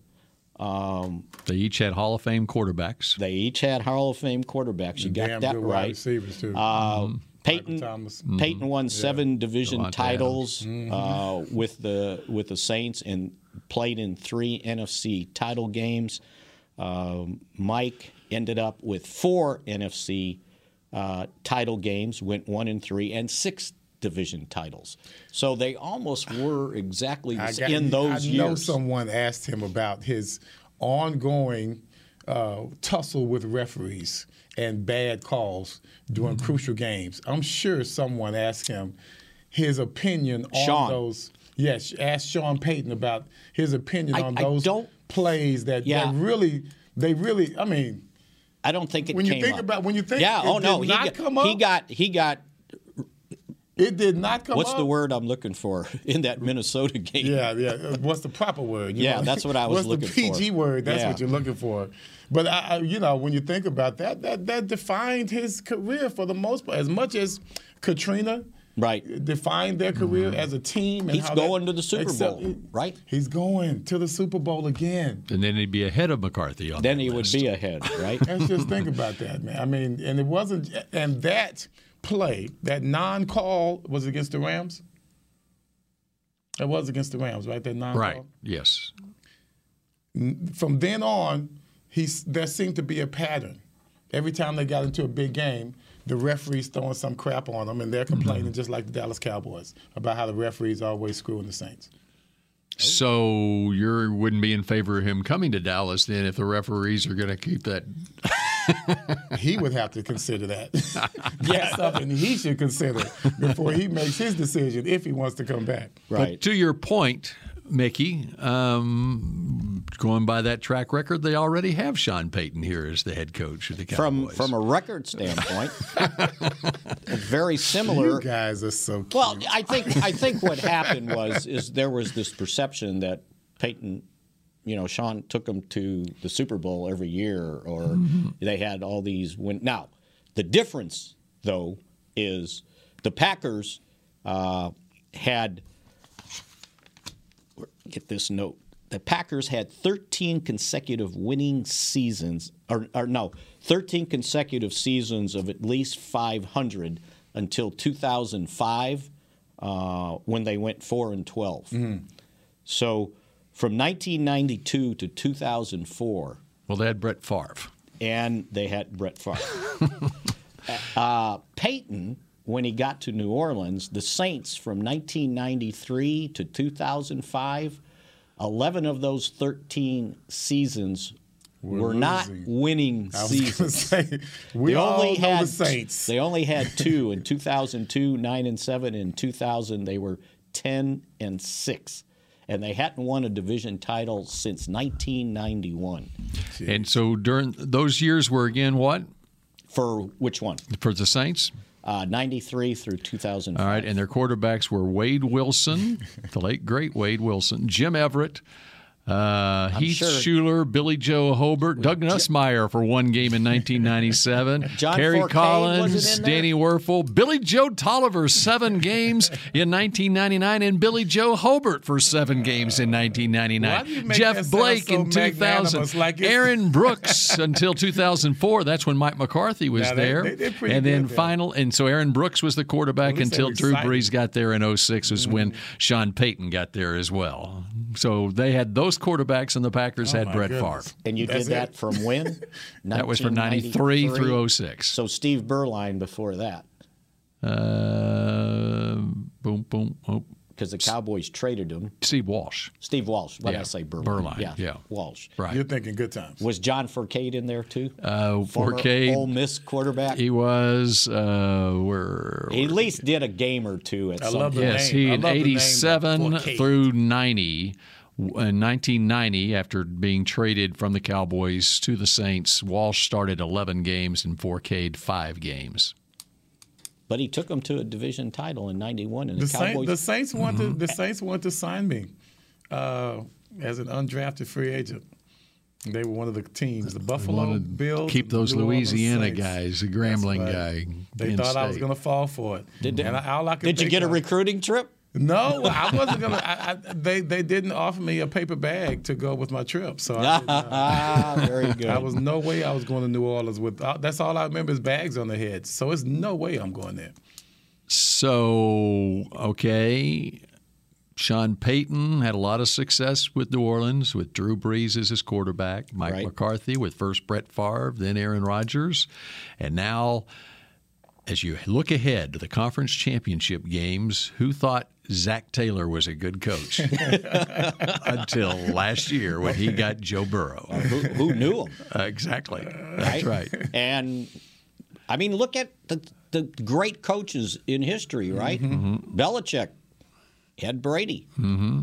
[SPEAKER 3] Um,
[SPEAKER 1] they each had Hall of Fame quarterbacks.
[SPEAKER 3] They each had Hall of Fame quarterbacks. You got
[SPEAKER 2] Damn
[SPEAKER 3] that
[SPEAKER 2] good wide
[SPEAKER 3] right.
[SPEAKER 2] receivers, too.
[SPEAKER 3] Uh, Peyton
[SPEAKER 2] Michael Thomas. Mm-hmm.
[SPEAKER 3] Peyton won seven division
[SPEAKER 2] Devontae
[SPEAKER 3] titles
[SPEAKER 2] Adams.
[SPEAKER 3] uh, with the with the Saints and played in three NFC title games. Um, Mike ended up with four NFC uh, title games, went one and three, and six division titles. So they almost were exactly the
[SPEAKER 2] I
[SPEAKER 3] same
[SPEAKER 2] got-
[SPEAKER 3] in those
[SPEAKER 2] I
[SPEAKER 3] years.
[SPEAKER 2] know someone asked him about his ongoing uh, tussle with referees and bad calls during
[SPEAKER 3] Mm-hmm.
[SPEAKER 2] crucial games. I'm sure someone asked him his opinion on
[SPEAKER 3] Sean.
[SPEAKER 2] those. Yes, asked Sean Payton about his opinion
[SPEAKER 3] I-
[SPEAKER 2] on
[SPEAKER 3] I
[SPEAKER 2] those plays that,
[SPEAKER 3] Yeah.
[SPEAKER 2] that really, they really. I mean,
[SPEAKER 3] I don't think it
[SPEAKER 2] when
[SPEAKER 3] came
[SPEAKER 2] you think
[SPEAKER 3] up.
[SPEAKER 2] about when you think
[SPEAKER 3] yeah,
[SPEAKER 2] it
[SPEAKER 3] oh no,
[SPEAKER 2] did
[SPEAKER 3] he
[SPEAKER 2] not
[SPEAKER 3] got,
[SPEAKER 2] come up.
[SPEAKER 3] he got he got
[SPEAKER 2] it did not come
[SPEAKER 3] what's
[SPEAKER 2] up.
[SPEAKER 3] the word I'm looking for in that Minnesota game?
[SPEAKER 2] Yeah, yeah. Uh, What's the proper word?
[SPEAKER 3] Yeah, that's what I was
[SPEAKER 2] what's
[SPEAKER 3] looking for.
[SPEAKER 2] the PG word? That's
[SPEAKER 3] Yeah.
[SPEAKER 2] what you're looking for. But I, I, you know, when you think about that, that that defined his career for the most part. As much as Katrina,
[SPEAKER 3] right,
[SPEAKER 2] defined their career as a team. And
[SPEAKER 3] Mm-hmm. He's
[SPEAKER 2] how
[SPEAKER 3] going
[SPEAKER 2] that,
[SPEAKER 3] to the Super
[SPEAKER 2] except-
[SPEAKER 3] Bowl, right?
[SPEAKER 2] He's going to the Super Bowl again.
[SPEAKER 1] And then he'd be ahead of McCarthy on
[SPEAKER 3] Then he would be ahead, right?
[SPEAKER 2] Let's just think about that, man. I mean, and it wasn't, and that play, that non-call was against the Rams. It was against the Rams, right? That non-call.
[SPEAKER 3] Uh-huh.
[SPEAKER 1] Right. Yes.
[SPEAKER 3] Oh.
[SPEAKER 2] from then on, he's, there seemed to be a pattern. Every time they got into a big game, the referees throwing some crap on them, and they're complaining just like the Dallas Cowboys about how the referees always screwing the Saints.
[SPEAKER 1] So you wouldn't be in favor of him coming to Dallas then if the referees are going to keep that.
[SPEAKER 2] he would have to consider that. That's something he should consider before he makes his decision if he wants to come back.
[SPEAKER 1] But to your point, Mickey, um, going by that track record, they already have Sean Payton here as the head coach of the
[SPEAKER 3] From
[SPEAKER 1] Cowboys.
[SPEAKER 3] from a record standpoint, very similar.
[SPEAKER 2] You guys are so cute.
[SPEAKER 3] Well, I think I think what happened was is there was this perception that Peyton, you know, Sean took him to the Super Bowl every year, or they had all these win. Now The difference, though, is the Packers uh, had get this note. The Packers had 13 consecutive winning seasons, or, or no, 13 consecutive seasons of at least 500 until 2005, uh, when they went four and 12. So from 1992 to 2004.
[SPEAKER 1] Well, they had Brett Favre.
[SPEAKER 3] And they had Brett Favre. uh, Peyton, when he got to New Orleans, the Saints from 1993 to 2005, 11 of those 13 seasons
[SPEAKER 2] We're
[SPEAKER 3] were, not
[SPEAKER 2] losing.
[SPEAKER 3] winning
[SPEAKER 2] I was gonna
[SPEAKER 3] seasons.
[SPEAKER 2] say, we all know the Saints.
[SPEAKER 3] They only had two in 2002, nine and seven. In 2000, they were 10 and six, and they hadn't won a division title since 1991.
[SPEAKER 1] And so during those years were again what?
[SPEAKER 3] For which one?
[SPEAKER 1] For the Saints.
[SPEAKER 3] Uh, 93 through 2005.
[SPEAKER 1] All right, and their quarterbacks were Wade Wilson, the late great Wade Wilson, Jim Everett, uh, Heath
[SPEAKER 3] sure-
[SPEAKER 1] Schuler, Billy Joe Hobart, Doug Nussmeier for one game in 1997,
[SPEAKER 3] John
[SPEAKER 1] Terry
[SPEAKER 3] Forcade
[SPEAKER 1] Collins,
[SPEAKER 3] wasn't in there?
[SPEAKER 1] Danny Werfel, Billy Joe Tolliver seven games in 1999, and Billy Joe Hobart for seven games in
[SPEAKER 2] Why do you
[SPEAKER 1] 1999.
[SPEAKER 2] make that
[SPEAKER 1] Jeff
[SPEAKER 2] sound
[SPEAKER 1] Blake
[SPEAKER 2] so
[SPEAKER 1] in 2000,
[SPEAKER 2] magnanimous, like it's-
[SPEAKER 1] Aaron Brooks until 2004. That's when Mike McCarthy was
[SPEAKER 2] Now, they-
[SPEAKER 1] there,
[SPEAKER 2] they did pretty
[SPEAKER 1] and then
[SPEAKER 2] good there.
[SPEAKER 1] final. And so Aaron Brooks was the quarterback
[SPEAKER 2] At least they
[SPEAKER 1] until
[SPEAKER 2] were
[SPEAKER 1] Drew
[SPEAKER 2] excited.
[SPEAKER 1] Brees got there in 06 was when Sean Payton got there as well. So they had those quarterbacks, and the Packers had Brett Favre.
[SPEAKER 3] And you did that from when?
[SPEAKER 1] That was from 93 through
[SPEAKER 3] 06. So Steve Berline before that,
[SPEAKER 1] Uh, boom, boom. Oh,
[SPEAKER 3] because the Cowboys traded him.
[SPEAKER 1] Steve Walsh.
[SPEAKER 3] Steve Walsh. What did
[SPEAKER 1] Yeah,
[SPEAKER 3] I say? Berline.
[SPEAKER 1] Berline,
[SPEAKER 3] Yeah.
[SPEAKER 1] yeah.
[SPEAKER 3] Walsh.
[SPEAKER 1] Right.
[SPEAKER 2] You're thinking good times.
[SPEAKER 3] Was John Forcade in there too?
[SPEAKER 1] Uh,
[SPEAKER 3] Former
[SPEAKER 1] Forcade.
[SPEAKER 3] Ole Miss quarterback.
[SPEAKER 1] He was uh, where?
[SPEAKER 3] He at least did a game or two at some point.
[SPEAKER 1] yes, he in 87 through 90. w- In 1990, after being traded from the Cowboys to the Saints, Walsh started 11 games and Forcade five games.
[SPEAKER 3] But he took them to a division title in 91 and
[SPEAKER 2] The,
[SPEAKER 3] the,
[SPEAKER 2] Mm-hmm. Saint,
[SPEAKER 3] Cowboys
[SPEAKER 2] the Saints want to the Saints want to sign me uh, as an undrafted free agent. They were one of the teams, the Buffalo
[SPEAKER 1] wanted to
[SPEAKER 2] Bills.
[SPEAKER 1] keep those
[SPEAKER 2] New Orleans
[SPEAKER 1] Louisiana
[SPEAKER 2] Saints.
[SPEAKER 1] guys, the Grambling
[SPEAKER 2] That's
[SPEAKER 1] guy,
[SPEAKER 2] They
[SPEAKER 1] in
[SPEAKER 2] thought I was
[SPEAKER 1] state.
[SPEAKER 2] going to fall for it.
[SPEAKER 1] Did they-
[SPEAKER 2] and I, all I could
[SPEAKER 3] Did you
[SPEAKER 2] think
[SPEAKER 3] get a
[SPEAKER 2] of-
[SPEAKER 3] recruiting trip?
[SPEAKER 2] No, I wasn't gonna. I, I, they they didn't offer me a paper bag to go with my trip, so I, did not.
[SPEAKER 3] Very good.
[SPEAKER 2] I was no way I was going to New Orleans with. Uh, that's all I remember is bags on the head. So it's no way I'm going there.
[SPEAKER 1] So, okay. Sean Payton had a lot of success with New Orleans with Drew Brees as his quarterback, Mike McCarthy with first Brett Favre, then Aaron Rodgers. And now, as you look ahead to the conference championship games, who thought Zach Taylor was a good coach until last year when he got Joe Burrow?
[SPEAKER 3] who, who knew him?
[SPEAKER 1] Uh, exactly. That's right.
[SPEAKER 3] And I mean, look at the, the great coaches in history, right?
[SPEAKER 1] Mm-hmm.
[SPEAKER 3] Belichick, Ed Brady.
[SPEAKER 1] hmm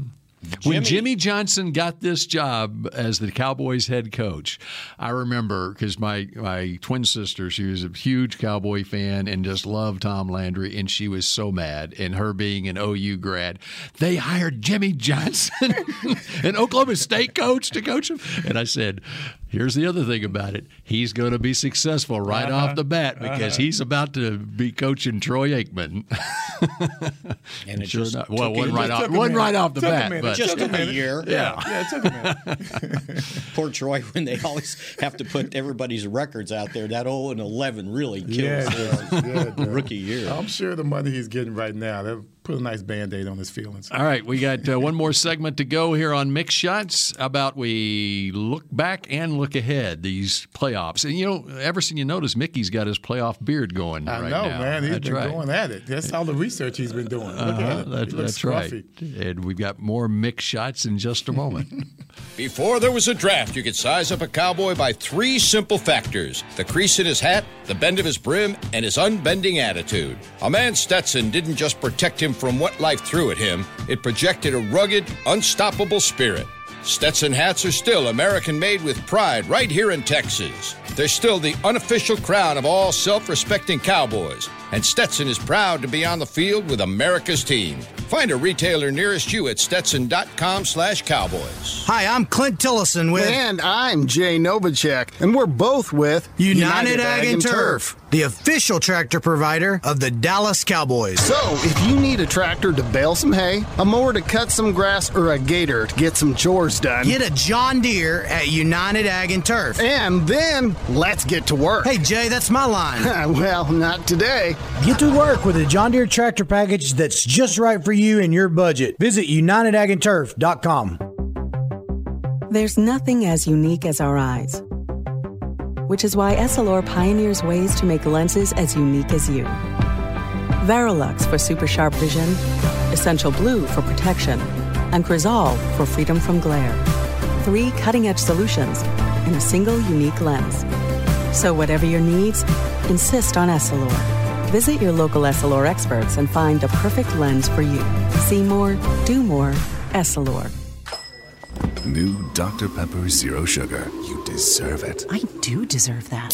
[SPEAKER 1] When Jimmy Johnson got this job as the Cowboys head coach, I remember because my, my twin sister, she was a huge Cowboy fan and just loved Tom Landry, and she was so mad. And her being an OU grad, they hired Jimmy Johnson, an Oklahoma State coach, to coach him. And I said, Here's the other thing about it he's going to be successful right
[SPEAKER 2] Uh-huh.
[SPEAKER 1] off the bat because
[SPEAKER 2] Uh-huh.
[SPEAKER 1] he's about to be coaching Troy Aikman.
[SPEAKER 3] and it
[SPEAKER 1] sure
[SPEAKER 3] just
[SPEAKER 1] enough, well,
[SPEAKER 3] took
[SPEAKER 1] it wasn't
[SPEAKER 3] him-
[SPEAKER 1] right
[SPEAKER 3] just
[SPEAKER 1] off,
[SPEAKER 3] took a
[SPEAKER 1] wasn't
[SPEAKER 3] minute.
[SPEAKER 1] right off the
[SPEAKER 3] Took a
[SPEAKER 1] bat,
[SPEAKER 3] minute.
[SPEAKER 1] but
[SPEAKER 3] Just took a minute. year.
[SPEAKER 2] Yeah,
[SPEAKER 3] Yeah.
[SPEAKER 2] yeah, it took a minute.
[SPEAKER 3] Poor Troy, when they always have to put everybody's records out there, that 0 and 11 really kills
[SPEAKER 2] Yeah, it
[SPEAKER 3] his
[SPEAKER 2] does. Yeah, it does.
[SPEAKER 3] rookie year.
[SPEAKER 1] Oh.
[SPEAKER 2] I'm sure the money he's getting right now. That put a nice band aid on his feelings.
[SPEAKER 1] All right, we got uh, one more segment to go here on Mix Shots. How about we look back and look ahead these playoffs? And you know, ever since you notice Mickey's got his playoff beard going
[SPEAKER 2] I
[SPEAKER 1] right
[SPEAKER 2] know,
[SPEAKER 1] now.
[SPEAKER 2] man. He's
[SPEAKER 1] That's
[SPEAKER 2] been
[SPEAKER 1] right.
[SPEAKER 2] going at it. That's all the research he's been doing. Look
[SPEAKER 1] Uh-huh,
[SPEAKER 2] at it.
[SPEAKER 1] that-
[SPEAKER 2] He looks
[SPEAKER 1] that's right.
[SPEAKER 2] scruffy.
[SPEAKER 1] And we've got more Mix Shots in just a moment.
[SPEAKER 7] Before there was a draft, you could size up a cowboy by three simple factors the crease in his hat, the bend of his brim, and his unbending attitude. A man Stetson didn't just protect him from what life threw at him, it projected a rugged, unstoppable spirit. Stetson hats are still American made with pride right here in Texas. They're still the unofficial crown of all self respecting cowboys. and Stetson is proud to be on the field with America's team. Find a retailer nearest you at stetson.com slash cowboys.
[SPEAKER 8] Hi, I'm Clint Tillison with.
[SPEAKER 9] And I'm Jay Novacek, and we're both with
[SPEAKER 8] United, Ag, and Turf, the official tractor provider of the Dallas Cowboys.
[SPEAKER 9] So, if you need a tractor to bale some hay, a mower to cut some grass, or a gator to get some chores done,
[SPEAKER 8] Get a John Deere at United Ag and Turf.
[SPEAKER 9] And then let's get to work.
[SPEAKER 8] Hey, Jay, that's my line.
[SPEAKER 9] well, not today.
[SPEAKER 10] Get to work with a John Deere tractor package that's just right for you and your budget. Visit unitedagandturf.com.
[SPEAKER 11] There's nothing as unique as our eyes, which is why Essilor pioneers ways to make lenses as unique as you. Verilux for super sharp vision, Essential Blue for protection, and Crizal for freedom from glare. Three cutting edge solutions in a single unique lens. So, whatever your needs, insist on Essilor. Visit your local Essilor experts and find the perfect lens for you. See more, do more, Essilor.
[SPEAKER 12] New Dr. Pepper Zero Sugar. You deserve it.
[SPEAKER 11] I do deserve that.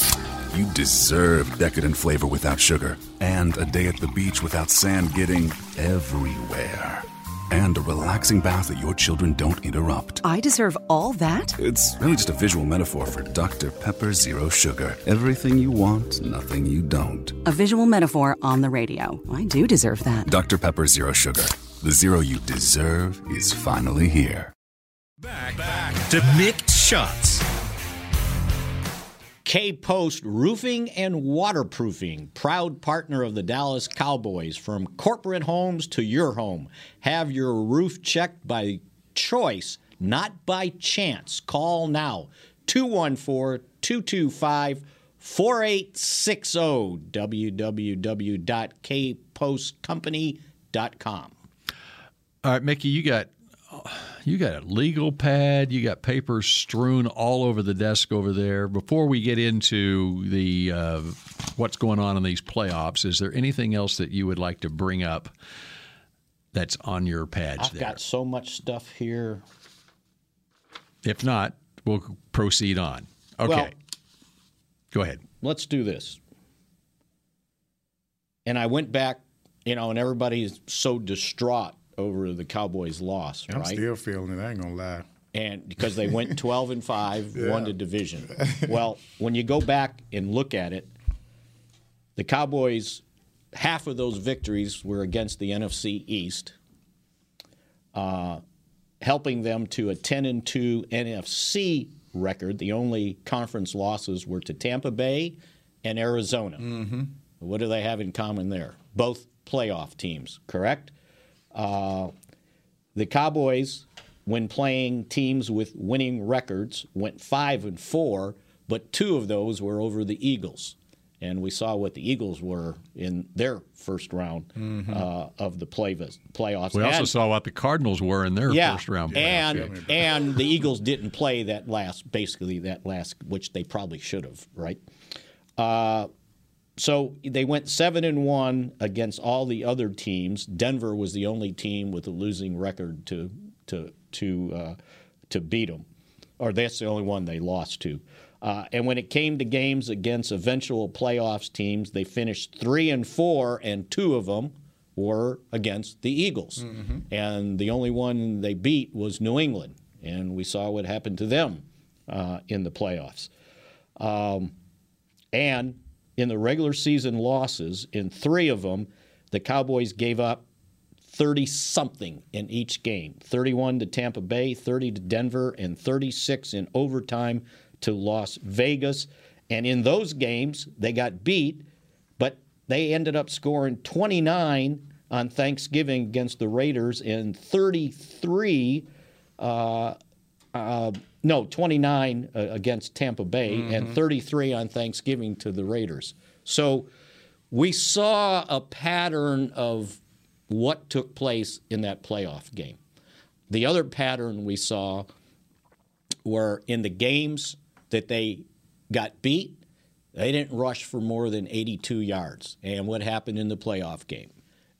[SPEAKER 12] You deserve decadent flavor without sugar, and a day at the beach without sand getting everywhere, and a relaxing bath that your children don't interrupt.
[SPEAKER 11] I deserve all that?
[SPEAKER 12] It's really just a visual metaphor for Dr. Pepper Zero Sugar. Everything you want, nothing you don't.
[SPEAKER 11] A visual metaphor on the radio. I do deserve that.
[SPEAKER 12] Dr. Pepper Zero Sugar. The zero you deserve is finally here.
[SPEAKER 3] to mixed shots. K Post Roofing and Waterproofing, proud partner of the Dallas Cowboys. From corporate homes to your home, have your roof checked by choice, not by chance. Call now 214 225 4860 www.kpostcompany.com.
[SPEAKER 1] All right, Mickey, you got you got a legal pad, you got papers strewn all over the desk over there. Before we get into the uh, what's going on in these playoffs, is there anything else that you would like to bring up that's on your pads
[SPEAKER 3] I've
[SPEAKER 1] there?
[SPEAKER 3] got so much stuff here.
[SPEAKER 1] If not, we'll proceed on. Okay.
[SPEAKER 3] Well-
[SPEAKER 1] Go ahead.
[SPEAKER 3] Let's do this. And I went back, you know, and everybody's so distraught over the Cowboys' loss,
[SPEAKER 2] I'm
[SPEAKER 3] right?
[SPEAKER 2] still feeling it. I ain't gonna lie.
[SPEAKER 3] and because they went 12 and 5 won the
[SPEAKER 2] Yeah.
[SPEAKER 3] division well when you go back and look at it the cowboys half of those victories were against the nfc east uh, helping them to a 10 and 2 nfc record the only conference losses were to tampa bay and arizona what do they have in common there both playoff teams correct uh, the Cowboys, when playing teams with winning records, went five and four, but two of those were over the Eagles, and we saw what the Eagles were in their first round
[SPEAKER 1] Mhm.
[SPEAKER 3] uh, of the play- playoffs.
[SPEAKER 1] We also
[SPEAKER 3] And-
[SPEAKER 1] saw what the Cardinals were in their
[SPEAKER 3] yeah,
[SPEAKER 1] first round. playoff game.
[SPEAKER 3] and and the Eagles didn't play that last, basically that last, which they probably should have, right? Uh, so they went seven and one against all the other teams. Denver was the only team with a losing record to to to uh, to beat them, or that's the only one they lost to. Uh, and when it came to games against eventual playoffs teams, they finished three and four, and two of them were against the Eagles. And the only one they beat was New England. And we saw what happened to them uh, in the playoffs. Um, and in the regular season losses, in three of them, the Cowboys gave up 30 something in each game 31 to Tampa Bay, 30 to Denver, and 36 in overtime to Las Vegas. And in those games, they got beat, but they ended up scoring 29 on Thanksgiving against the Raiders and 33. Uh, uh, no, 29 uh, against Tampa Bay and 33 on Thanksgiving to the Raiders. So we saw a pattern of what took place in that playoff game. The other pattern we saw were in the games that they got beat, they didn't rush for more than 82 yards. And what happened in the playoff game?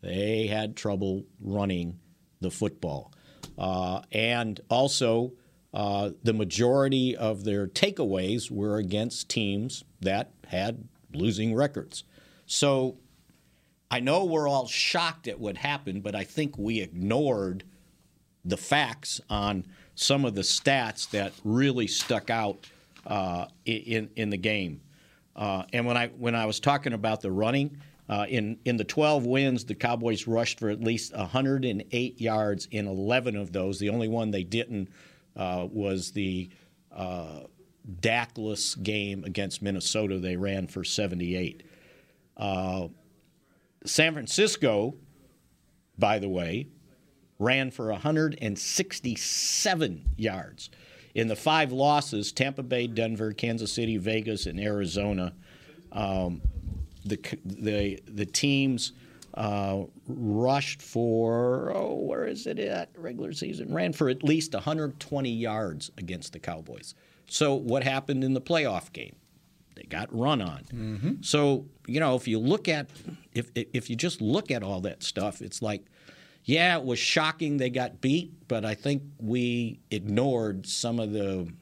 [SPEAKER 3] They had trouble running the football. Uh, and also, uh, the majority of their takeaways were against teams that had losing records. So I know we're all shocked at what happened, but I think we ignored the facts on some of the stats that really stuck out uh, i- in in the game. Uh, and when I when I was talking about the running uh, in in the 12 wins, the Cowboys rushed for at least 108 yards in 11 of those. The only one they didn't uh, was the uh, Dakless game against Minnesota. They ran for 78. Uh, San Francisco, by the way, ran for 167 yards. In the five losses, Tampa Bay, Denver, Kansas City, Vegas, and Arizona, um, the, c- the, the teams uh, rushed for, oh, where is it at? Regular season, ran for at least 120 yards against the Cowboys. So, what happened in the playoff game? They got run on. So you know, if you look at if if- if you just look at all that stuff, it's like, yeah, it was shocking they got beat, but I think we ignored some of the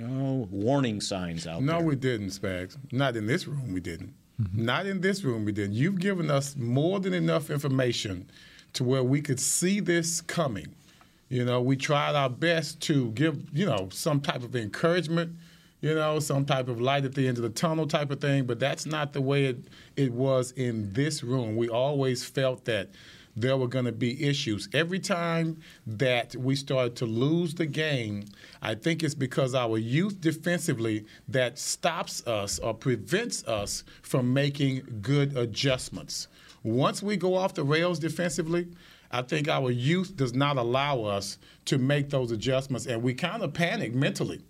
[SPEAKER 3] you know, warning signs out
[SPEAKER 2] No,
[SPEAKER 3] there.
[SPEAKER 2] we didn't, Spags. Not in this room, we didn't.
[SPEAKER 1] Mm-hmm.
[SPEAKER 2] Not in this room, we didn't. You've given us more than enough information to where we could see this coming. You know, we tried our best to give, you know, some type of encouragement, you know, some type of light at the end of the tunnel type of thing, but that's not the way it, it was in this room. We always felt that there were going to be issues. Every time that we started to lose the game, I think it's because our youth defensively that stops us or prevents us from making good adjustments. Once we go off the rails defensively, I think our youth does not allow us to make those adjustments, and we kind of panic mentally.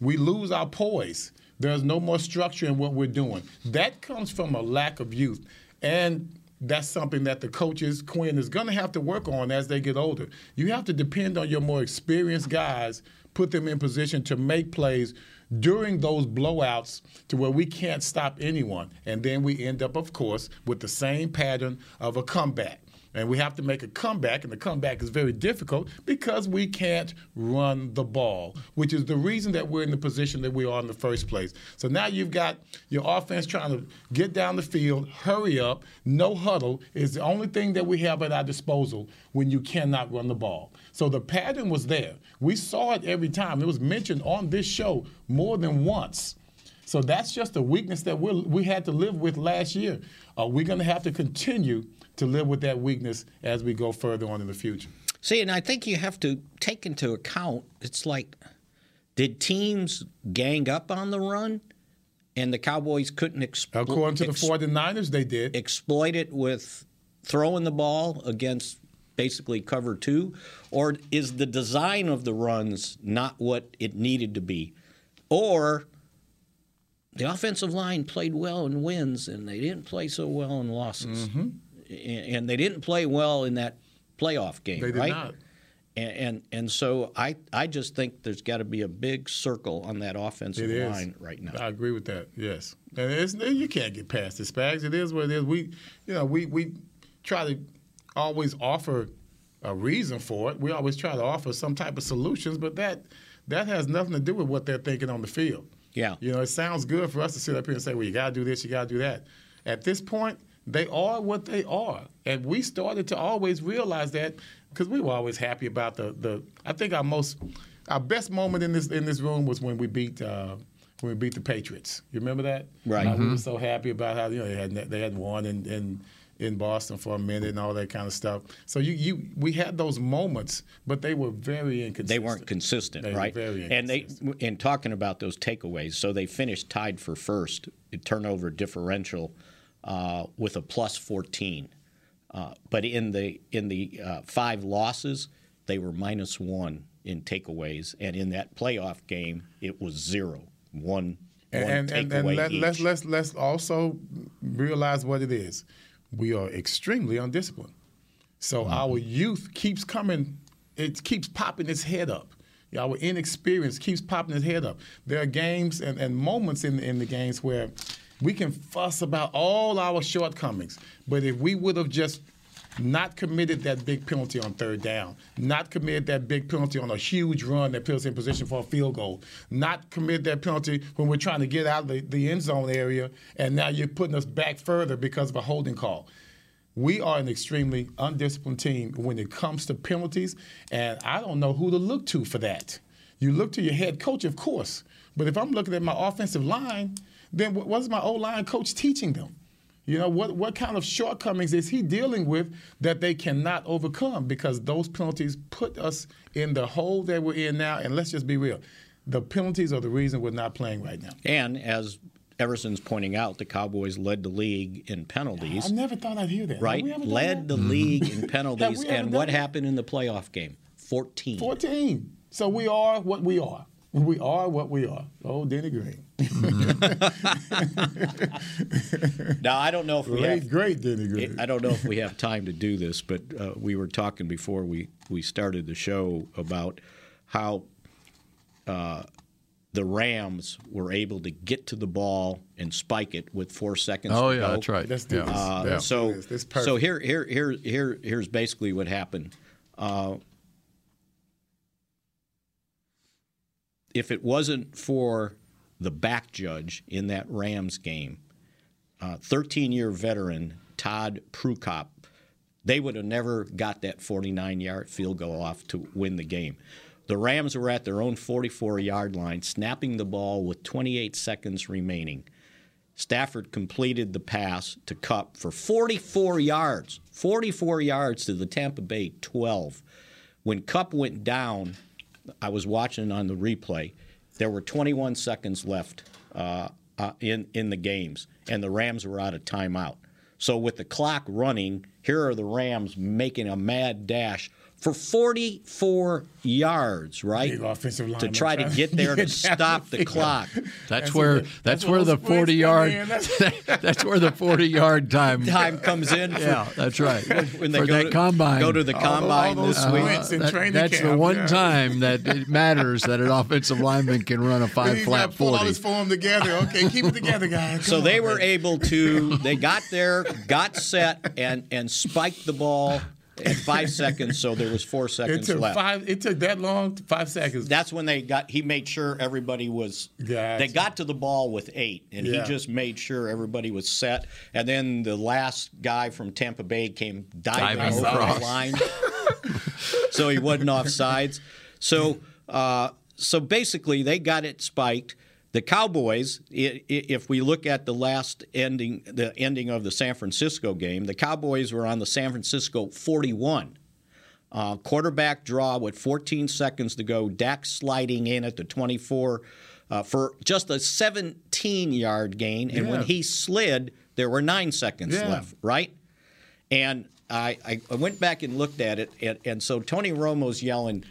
[SPEAKER 2] We lose our poise. There's no more structure in what we're doing. That comes from a lack of youth. And that's something that the coaches, Quinn, is going to have to work on as they get older. You have to depend on your more experienced guys, put them in position to make plays during those blowouts to where we can't stop anyone. And then we end up, of course, with the same pattern of a comeback. And we have to make a comeback, and the comeback is very difficult because we can't run the ball, which is the reason that we're in the position that we are in the first place. So now you've got your offense trying to get down the field, hurry up, no huddle is the only thing that we have at our disposal when you cannot run the ball. So the pattern was there. We saw it every time. It was mentioned on this show more than once. So that's just a weakness that we we had to live with last year. Are we going to have to continue to live with that weakness as we go further on in the future?
[SPEAKER 3] See, and I think you have to take into account it's like, did teams gang up on the run? And the Cowboys couldn't exploit
[SPEAKER 2] According to the 49ers, they did.
[SPEAKER 3] Exploit it with throwing the ball against basically cover two? Or is the design of the runs not what it needed to be? Or the offensive line played well in wins and they didn't play so well in losses.
[SPEAKER 2] Mm-hmm.
[SPEAKER 3] And, and they didn't play well in that playoff game,
[SPEAKER 2] They did
[SPEAKER 3] right?
[SPEAKER 2] not.
[SPEAKER 3] And, and and so I I just think there's got to be a big circle on that offensive
[SPEAKER 2] It is
[SPEAKER 3] line right now.
[SPEAKER 2] I agree with that. Yes, and it's, you can't get past the Spags. It is what it is. We, you know, we we try to always offer a reason for it. We always try to offer some type of solutions, but that that has nothing to do with what they're thinking on the field.
[SPEAKER 3] Yeah.
[SPEAKER 2] You know, it sounds good for us to sit up here and say, well, you got to do this, you got to do that. At this point, they are what they are. And we started to always realize that because we were always happy about the, the I think our most, our best moment in this in this room was when we beat, uh, when we beat the Patriots. You remember that?
[SPEAKER 3] Right.
[SPEAKER 2] How we
[SPEAKER 3] Mhm.
[SPEAKER 2] were so happy about how, you know, they hadn't, they hadn't won in, in, in Boston for a minute and all that kind of stuff. So you, you, we had those moments, but they were very inconsistent.
[SPEAKER 3] They weren't consistent,
[SPEAKER 2] They were
[SPEAKER 3] right?
[SPEAKER 2] very
[SPEAKER 3] and they in talking about those takeaways, so they finished tied for first in turnover differential uh, with a plus 14. Uh, but in the in the uh, five losses, they were minus one in takeaways, and in that playoff game, it was zero, one, one
[SPEAKER 2] and, and,
[SPEAKER 3] takeaway
[SPEAKER 2] and let,
[SPEAKER 3] each.
[SPEAKER 2] let's let's let's also realize what it is. We are extremely undisciplined. So our youth keeps coming, it keeps popping its head up. Our inexperience keeps popping its head up. There are games and, and moments in, in the games where we can fuss about all our shortcomings, but if we would have just not committed that big penalty on third down, not committed that big penalty on a huge run that puts us in position for a field goal, not commit that penalty when we're trying to get out of the, the end zone area, and now you're putting us back further because of a holding call We are an extremely undisciplined team when it comes to penalties, and I don't know who to look to for that. You look to your head coach, of course, but if I'm looking at my offensive line, then what is my O line coach teaching them? You know, what, what kind of shortcomings is he dealing with that they cannot overcome? Because those penalties put us in the hole that we're in now. And let's just be real the penalties are the reason we're not playing right now.
[SPEAKER 3] And as Everson's pointing out, the Cowboys led the league in penalties.
[SPEAKER 2] I never thought I'd hear that.
[SPEAKER 3] Right?
[SPEAKER 2] Have we ever done
[SPEAKER 3] Led the
[SPEAKER 1] Mm-hmm.
[SPEAKER 2] that?
[SPEAKER 3] league in
[SPEAKER 2] Have
[SPEAKER 3] penalties.
[SPEAKER 2] we ever
[SPEAKER 3] and
[SPEAKER 2] done
[SPEAKER 3] what
[SPEAKER 2] that?
[SPEAKER 3] happened in the playoff game? 14.
[SPEAKER 2] 14. So we are what we are. We are what we are. Oh, Denny Green.
[SPEAKER 3] Now I don't know if we
[SPEAKER 2] Great,
[SPEAKER 3] have
[SPEAKER 2] great, Denny Green.
[SPEAKER 3] I don't know if we have time to do this, but uh, we were talking before we we started the show about how uh, the Rams were able to get to the ball and spike it with four seconds.
[SPEAKER 1] Oh,
[SPEAKER 3] to
[SPEAKER 1] yeah,
[SPEAKER 3] go.
[SPEAKER 1] that's right. Let's do this.
[SPEAKER 3] Uh,
[SPEAKER 1] Yeah.
[SPEAKER 3] So
[SPEAKER 1] Let's do this. This is
[SPEAKER 3] so here here here here here's basically what happened. Uh, if it wasn't for the back judge in that Rams game, 13 year veteran Todd Prukop, they would have never got that 49 yard field goal off to win the game. The Rams were at their own 44 yard line, snapping the ball with 28 seconds remaining. Stafford completed the pass to Cup for 44 yards, 44 yards to the Tampa Bay 12. When Cup went down, I was watching on the replay. There were 21 seconds left uh, uh, in in the games, and the Rams were out of timeout. So with the clock running, here are the Rams making a mad dash for 44 yards, right?
[SPEAKER 2] Big offensive
[SPEAKER 3] to
[SPEAKER 2] lineman
[SPEAKER 3] try to
[SPEAKER 2] trying to
[SPEAKER 3] get there to
[SPEAKER 2] get down
[SPEAKER 3] stop
[SPEAKER 2] the
[SPEAKER 3] the
[SPEAKER 2] field.
[SPEAKER 3] clock.
[SPEAKER 1] That's where that's, where the forty yard that's where the forty yard time
[SPEAKER 3] Time comes in for-
[SPEAKER 1] yeah, that's right.
[SPEAKER 3] when- when they
[SPEAKER 1] for
[SPEAKER 3] go
[SPEAKER 1] that
[SPEAKER 3] to-
[SPEAKER 1] combine,
[SPEAKER 3] go to the All tho- all combine those this week. sprints in
[SPEAKER 1] that-
[SPEAKER 3] training
[SPEAKER 1] that's the
[SPEAKER 3] camp,
[SPEAKER 1] one
[SPEAKER 3] yeah.
[SPEAKER 1] time that it matters that an offensive lineman can run a
[SPEAKER 2] But
[SPEAKER 1] five
[SPEAKER 2] he's
[SPEAKER 1] flat
[SPEAKER 2] got pull all
[SPEAKER 1] forty.
[SPEAKER 2] his form together. Okay, keep it together, guys. Come
[SPEAKER 3] So
[SPEAKER 2] on,
[SPEAKER 3] they were
[SPEAKER 2] baby.
[SPEAKER 3] able to. They got there, got set, and and spiked the ball at five seconds. So there was four
[SPEAKER 2] It
[SPEAKER 3] seconds
[SPEAKER 2] took
[SPEAKER 3] left.
[SPEAKER 2] five. It took that long. Five seconds.
[SPEAKER 3] That's when they got. He made sure everybody was. They got to the ball with eight, and
[SPEAKER 2] Yeah.
[SPEAKER 3] he just made sure everybody was set. And then the last guy from Tampa Bay came diving,
[SPEAKER 1] Diving
[SPEAKER 3] over
[SPEAKER 1] across.
[SPEAKER 3] the line, so he wasn't off sides. So, uh, so basically, they got it spiked. The Cowboys, i- i- if we look at the last ending, the ending of the San Francisco game, the Cowboys were on the San Francisco 41. Uh, quarterback draw with 14 seconds to go. Dak sliding in at the 24 uh, for just a 17 yard gain. And when
[SPEAKER 2] Yeah.
[SPEAKER 3] he slid, there were nine seconds
[SPEAKER 2] Yeah.
[SPEAKER 3] left, right? And I, I- I went back and looked at it. And, and so Tony Romo's yelling,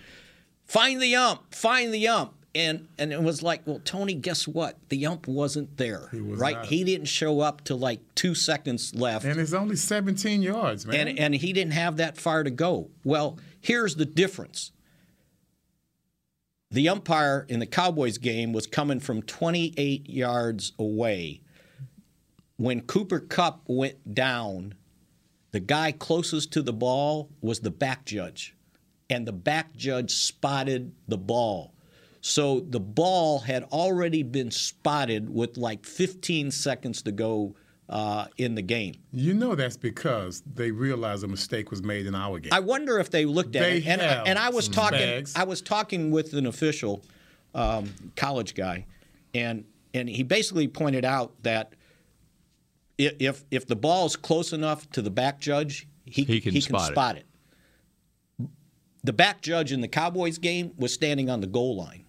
[SPEAKER 3] find the ump, find the ump. And, and it was like, well, Tony, guess what? The ump wasn't there, right?
[SPEAKER 2] not.
[SPEAKER 3] He didn't show up till like two seconds left.
[SPEAKER 2] And it's only 17 yards, man.
[SPEAKER 3] And, and he didn't have that far to go. Well, here's the difference. The umpire in the Cowboys game was coming from 28 yards away. When Cooper Cup went down, the guy closest to the ball was the back judge, and the back judge spotted the ball. So the ball had already been spotted with like 15 seconds to go uh, in the game.
[SPEAKER 2] you know that's because they realized a mistake was made in our game.
[SPEAKER 3] I wonder if they looked at
[SPEAKER 2] They
[SPEAKER 3] it. And,
[SPEAKER 2] have
[SPEAKER 3] and I was
[SPEAKER 2] some
[SPEAKER 3] talking.
[SPEAKER 2] bags.
[SPEAKER 3] I was talking with an official, um, college guy, and and he basically pointed out that i- if if the ball's close enough to the back judge, he
[SPEAKER 1] He can
[SPEAKER 3] he
[SPEAKER 1] spot it.
[SPEAKER 3] can spot it. The back judge in the Cowboys game was standing on the goal line,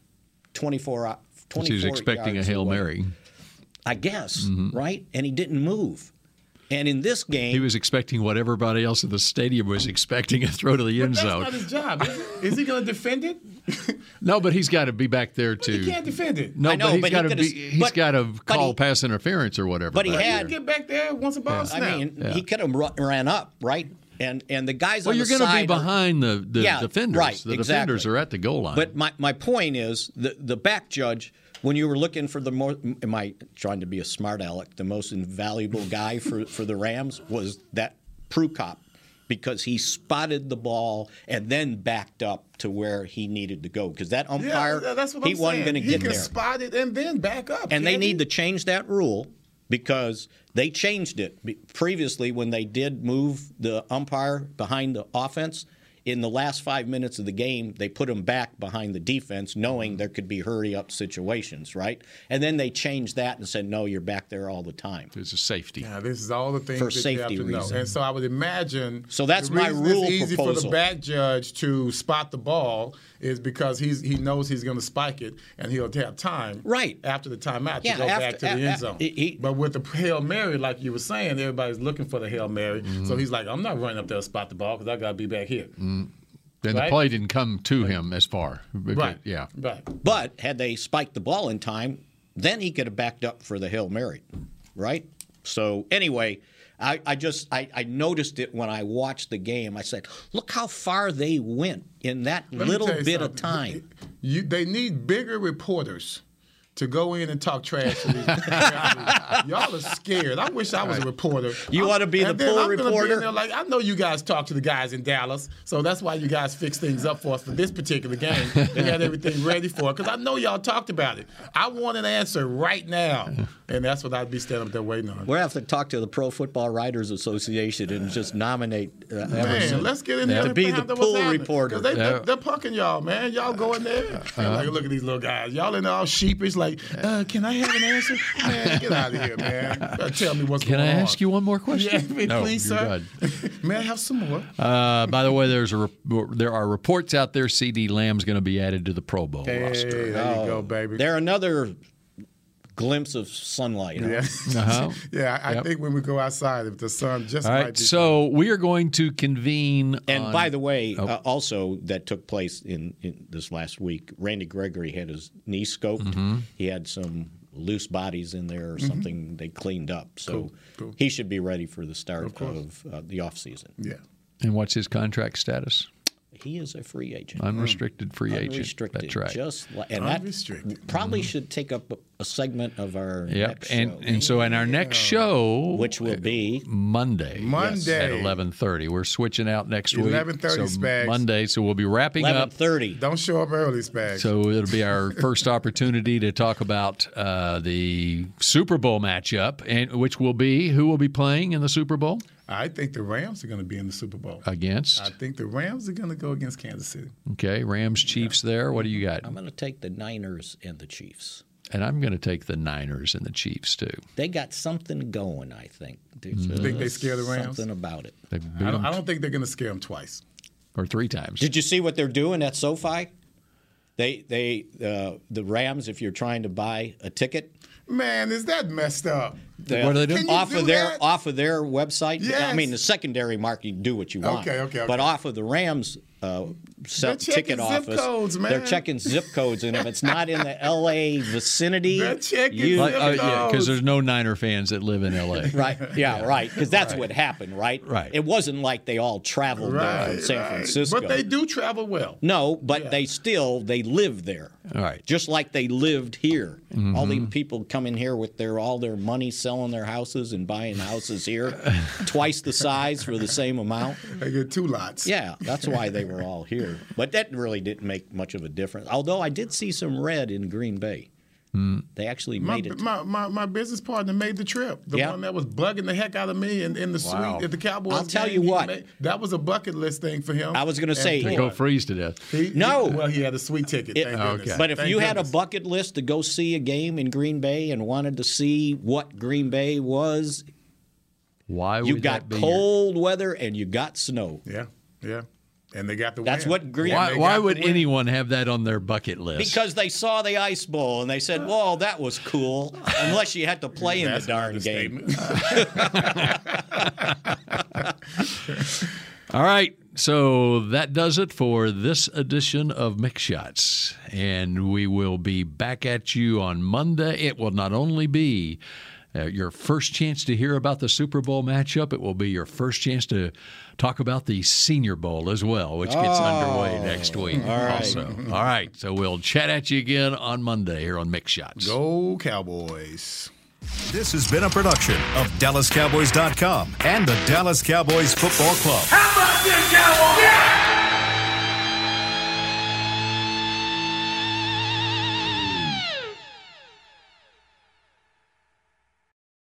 [SPEAKER 3] 24 out.
[SPEAKER 1] 'Cause He was expecting a
[SPEAKER 3] yards
[SPEAKER 1] hail
[SPEAKER 3] away.
[SPEAKER 1] mary. Mm-hmm.
[SPEAKER 3] I guess, right? And he didn't move. And in this game,
[SPEAKER 1] He was expecting what everybody else in the stadium was expecting—a throw to the end
[SPEAKER 2] that's
[SPEAKER 1] zone.
[SPEAKER 2] not his job. is it? Is he going to defend it?
[SPEAKER 1] No, but he's got to be back there
[SPEAKER 2] He can't
[SPEAKER 1] to.
[SPEAKER 2] defend it.
[SPEAKER 1] No, but he's got to
[SPEAKER 3] could've
[SPEAKER 1] be.
[SPEAKER 3] s-
[SPEAKER 1] He's
[SPEAKER 3] but-
[SPEAKER 1] got to
[SPEAKER 3] but
[SPEAKER 1] call
[SPEAKER 3] he-
[SPEAKER 1] pass interference or whatever.
[SPEAKER 3] but he
[SPEAKER 1] back there.
[SPEAKER 3] had
[SPEAKER 2] Get back there once a ball snap.
[SPEAKER 3] I mean, he could have run, ran up, right? And and the guys
[SPEAKER 1] Well,
[SPEAKER 3] on
[SPEAKER 1] you're
[SPEAKER 3] the
[SPEAKER 1] going to be
[SPEAKER 3] side are-
[SPEAKER 1] behind the, the
[SPEAKER 3] Yeah,
[SPEAKER 1] defenders.
[SPEAKER 3] right,
[SPEAKER 1] the
[SPEAKER 3] exactly.
[SPEAKER 1] defenders are at the goal line.
[SPEAKER 3] But my, my point is the the back judge when you were looking for the more am I trying to be a smart aleck the most invaluable guy for for the Rams was that Prukop because he spotted the ball and then backed up to where he needed to go because that umpire
[SPEAKER 2] yeah, that's what
[SPEAKER 3] he
[SPEAKER 2] I'm
[SPEAKER 3] wasn't
[SPEAKER 2] saying.
[SPEAKER 3] going to
[SPEAKER 2] He
[SPEAKER 3] get
[SPEAKER 2] can
[SPEAKER 3] there
[SPEAKER 2] spot it and then back up.
[SPEAKER 3] and they
[SPEAKER 2] can't he?
[SPEAKER 3] need to change that rule because They changed it Be- previously when they did move the umpire behind the offense. In the last five minutes of the game, they put him back behind the defense, knowing there could be hurry up situations, right? And then they changed that and said, no, you're back there all the time.
[SPEAKER 1] It's a safety.
[SPEAKER 2] Yeah, this is all the things
[SPEAKER 3] For
[SPEAKER 2] that you have
[SPEAKER 3] safety
[SPEAKER 2] to know. And
[SPEAKER 3] reasons.
[SPEAKER 2] so I would imagine.
[SPEAKER 3] So that's
[SPEAKER 2] the
[SPEAKER 3] my
[SPEAKER 2] reason
[SPEAKER 3] rule
[SPEAKER 2] It's easy for the
[SPEAKER 3] proposal.
[SPEAKER 2] back judge to spot the ball is because he's he knows he's going to spike it and he'll have time.
[SPEAKER 3] Right
[SPEAKER 2] after the timeout
[SPEAKER 3] Yeah,
[SPEAKER 2] to go
[SPEAKER 3] after-
[SPEAKER 2] back to the
[SPEAKER 3] a-
[SPEAKER 2] end
[SPEAKER 3] a-
[SPEAKER 2] zone. but with the hail mary, like you were saying, everybody's looking for the hail mary.
[SPEAKER 3] Mm-hmm.
[SPEAKER 2] So he's like, I'm not running up there to spot the ball because I got to be back here.
[SPEAKER 1] Mm. Then the
[SPEAKER 2] Right?
[SPEAKER 1] play didn't come to him as far. because-
[SPEAKER 3] Right.
[SPEAKER 1] Yeah.
[SPEAKER 2] Right.
[SPEAKER 3] But had they spiked the ball in time, then he could have backed up for the Hail Mary, right? So anyway, I, I just I, I noticed it when I watched the game. I said, look how far they went in that
[SPEAKER 2] Let me
[SPEAKER 3] little
[SPEAKER 2] tell you
[SPEAKER 3] bit of
[SPEAKER 2] something.
[SPEAKER 3] time.
[SPEAKER 2] You, they need bigger reporters to go in and talk trash to these Y'all are scared. I wish I was a reporter.
[SPEAKER 3] You
[SPEAKER 2] I'm-
[SPEAKER 3] wanna be the
[SPEAKER 2] and then
[SPEAKER 3] pool
[SPEAKER 2] I'm gonna be in
[SPEAKER 3] reporter?
[SPEAKER 2] there like, I know you guys talk to the guys in Dallas, so that's why you guys fix things up for us for this particular game. They had everything ready for it because I know y'all talked about it. I want an answer right now, and that's what I'd be standing up there waiting on.
[SPEAKER 3] We're gonna have to talk to the Pro Football Writers Association and just nominate uh, Emerson
[SPEAKER 2] Man, let's get in there
[SPEAKER 3] to
[SPEAKER 2] and
[SPEAKER 3] be the
[SPEAKER 2] find out what's
[SPEAKER 3] pool
[SPEAKER 2] happening. 'Cause
[SPEAKER 3] reporter.
[SPEAKER 2] They, are punking y'all, man. Y'all go in there.
[SPEAKER 3] Uh-huh.
[SPEAKER 2] like, look at these little guys. Y'all in there all sheepish, like, uh, can I have an answer? Man, get out of here, man. Uh, Tell me what's
[SPEAKER 1] Can
[SPEAKER 2] going
[SPEAKER 1] I
[SPEAKER 2] on.
[SPEAKER 1] ask you one more question?
[SPEAKER 2] Yeah, I mean,
[SPEAKER 1] No,
[SPEAKER 2] please,
[SPEAKER 1] you're
[SPEAKER 2] sir. May I have some more?
[SPEAKER 1] Uh, by the way, there's a re- there are reports out there. CD Lamb's going to be added to the Pro Bowl
[SPEAKER 2] Hey,
[SPEAKER 1] roster.
[SPEAKER 2] there you go, baby.
[SPEAKER 3] They're another glimpse of sunlight.
[SPEAKER 2] Yeah,
[SPEAKER 1] Uh-huh.
[SPEAKER 2] yeah. I I
[SPEAKER 1] Yep.
[SPEAKER 2] think when we go outside, if the sun just
[SPEAKER 1] All
[SPEAKER 2] might
[SPEAKER 1] right,
[SPEAKER 2] be.
[SPEAKER 1] so we are going to convene.
[SPEAKER 3] And
[SPEAKER 1] on-
[SPEAKER 3] by the way,
[SPEAKER 1] Oh.
[SPEAKER 3] uh, also that took place in, in this last week. Randy Gregory had his knee scoped.
[SPEAKER 1] Mhm.
[SPEAKER 3] He had some loose bodies in there or
[SPEAKER 2] Mhm.
[SPEAKER 3] something they cleaned up. So
[SPEAKER 2] Cool, cool.
[SPEAKER 3] he should be ready for the start
[SPEAKER 2] Of
[SPEAKER 3] of,
[SPEAKER 2] course.
[SPEAKER 3] uh, the offseason.
[SPEAKER 2] Yeah.
[SPEAKER 1] and what's his contract status?
[SPEAKER 3] He is a free agent.
[SPEAKER 1] Unrestricted free agent.
[SPEAKER 3] Unrestricted,
[SPEAKER 1] That's right. Mm-hmm.
[SPEAKER 3] Just like, and that probably should take up a, a segment of our
[SPEAKER 1] Yep,
[SPEAKER 3] next show.
[SPEAKER 1] and and so in our next show,
[SPEAKER 3] which will be
[SPEAKER 1] Monday,
[SPEAKER 3] Monday.
[SPEAKER 1] at eleven thirty, we're switching out next week.
[SPEAKER 2] 11:30,
[SPEAKER 1] so
[SPEAKER 2] Spags.
[SPEAKER 1] Monday. So we'll be wrapping up.
[SPEAKER 3] 11:30.
[SPEAKER 2] Don't show up early, Spags.
[SPEAKER 1] So it'll be our first opportunity to talk about uh, the Super Bowl matchup, and which will be who will be playing in the Super Bowl
[SPEAKER 2] I think the Rams are going to be in the Super Bowl.
[SPEAKER 1] Uh, against.
[SPEAKER 3] Uh,
[SPEAKER 2] I think the Rams are going to go against Kansas City.
[SPEAKER 1] Okay, Rams, Chiefs. There, what do you got?
[SPEAKER 3] I'm going to take the Niners and the Chiefs.
[SPEAKER 1] And I'm going to take the Niners and the Chiefs too.
[SPEAKER 3] They got something going, I think. There's
[SPEAKER 1] You think
[SPEAKER 2] they scare the Rams?
[SPEAKER 3] Something about it.
[SPEAKER 1] They've beat
[SPEAKER 2] I don't, I
[SPEAKER 1] 'em
[SPEAKER 2] don't think they're going to scare them twice.
[SPEAKER 1] or three times.
[SPEAKER 3] Did you see what they're doing at SoFi? They they uh, the Rams. If you're trying to buy a ticket,
[SPEAKER 2] Man, is that messed up?
[SPEAKER 3] they-
[SPEAKER 2] Can you
[SPEAKER 3] Off
[SPEAKER 2] do
[SPEAKER 3] of their
[SPEAKER 2] that?
[SPEAKER 3] off of their website. I
[SPEAKER 2] Yes.
[SPEAKER 3] mean, the secondary market, you can do what you want.
[SPEAKER 2] Okay, okay,
[SPEAKER 3] But
[SPEAKER 2] okay.
[SPEAKER 3] off of the Rams. Uh, se-
[SPEAKER 2] They're checking
[SPEAKER 3] ticket
[SPEAKER 2] zip
[SPEAKER 3] office.
[SPEAKER 2] codes,
[SPEAKER 3] They're
[SPEAKER 2] man.
[SPEAKER 3] checking zip codes, and if it's not in the L.A. vicinity,
[SPEAKER 2] They're checking
[SPEAKER 3] you-
[SPEAKER 2] zip
[SPEAKER 1] Oh, yeah, because there's no Niner fans that live in L.A.
[SPEAKER 3] Right. Yeah. Right. Because that's what happened. Right.
[SPEAKER 1] Right.
[SPEAKER 3] It wasn't like they all traveled there from
[SPEAKER 2] Right,
[SPEAKER 3] San
[SPEAKER 2] right.
[SPEAKER 3] Francisco.
[SPEAKER 2] But they do travel well.
[SPEAKER 3] No, but they still they live there.
[SPEAKER 1] All right.
[SPEAKER 3] Just like they lived here. All the
[SPEAKER 1] Mhm.
[SPEAKER 3] people come in here with their all their money selling their houses and buying houses here, twice the size for the same amount.
[SPEAKER 2] They get two lots.
[SPEAKER 3] Yeah, that's why they were all here. But that really didn't make much of a difference. Although I did see some red in Green Bay.
[SPEAKER 1] Hmm.
[SPEAKER 3] They actually
[SPEAKER 2] My,
[SPEAKER 3] made it.
[SPEAKER 2] my, my, my business partner made the trip. The
[SPEAKER 3] Yeah.
[SPEAKER 2] one that was bugging the heck out of me in, in the
[SPEAKER 3] Wow.
[SPEAKER 2] suite at the Cowboys.
[SPEAKER 3] I'll tell
[SPEAKER 2] game,
[SPEAKER 3] you
[SPEAKER 2] he
[SPEAKER 3] what.
[SPEAKER 2] made- that was a bucket list thing for him.
[SPEAKER 3] I was gonna
[SPEAKER 2] And
[SPEAKER 3] say-
[SPEAKER 2] boy,
[SPEAKER 3] To
[SPEAKER 1] Go Oh, freeze to death.
[SPEAKER 2] he-
[SPEAKER 3] No.
[SPEAKER 2] Well, he had a sweet ticket.
[SPEAKER 3] It-
[SPEAKER 2] thank goodness.
[SPEAKER 3] But if
[SPEAKER 2] Thank
[SPEAKER 3] you had a
[SPEAKER 2] goodness.
[SPEAKER 3] bucket list to go see a game in Green Bay and wanted to see what Green Bay was,
[SPEAKER 1] why
[SPEAKER 3] you
[SPEAKER 1] would that
[SPEAKER 3] got
[SPEAKER 1] be your-
[SPEAKER 3] cold weather and you got snow.
[SPEAKER 2] Yeah, yeah, and they got the.
[SPEAKER 3] That's
[SPEAKER 2] win.
[SPEAKER 3] what Green.
[SPEAKER 1] Why, why would anyone have that on their bucket list?
[SPEAKER 3] Because they saw the ice bowl and they said, "Well, that was cool." Unless you had to play in the darn game.
[SPEAKER 1] All right. So that does it for this edition of Mix Shots. And we will be back at you on Monday. It will not only be uh, your first chance to hear about the Super Bowl matchup, it will be your first chance to talk about the Senior Bowl as well, which gets underway next week
[SPEAKER 3] Oh. all right.
[SPEAKER 1] also. All right. So we'll chat at you again on Monday here on Mix Shots.
[SPEAKER 2] Go Oh, Cowboys.
[SPEAKER 13] This has been a production of DallasCowboys.com and the Dallas Cowboys Football Club.
[SPEAKER 14] How about this, Cowboys? Yeah!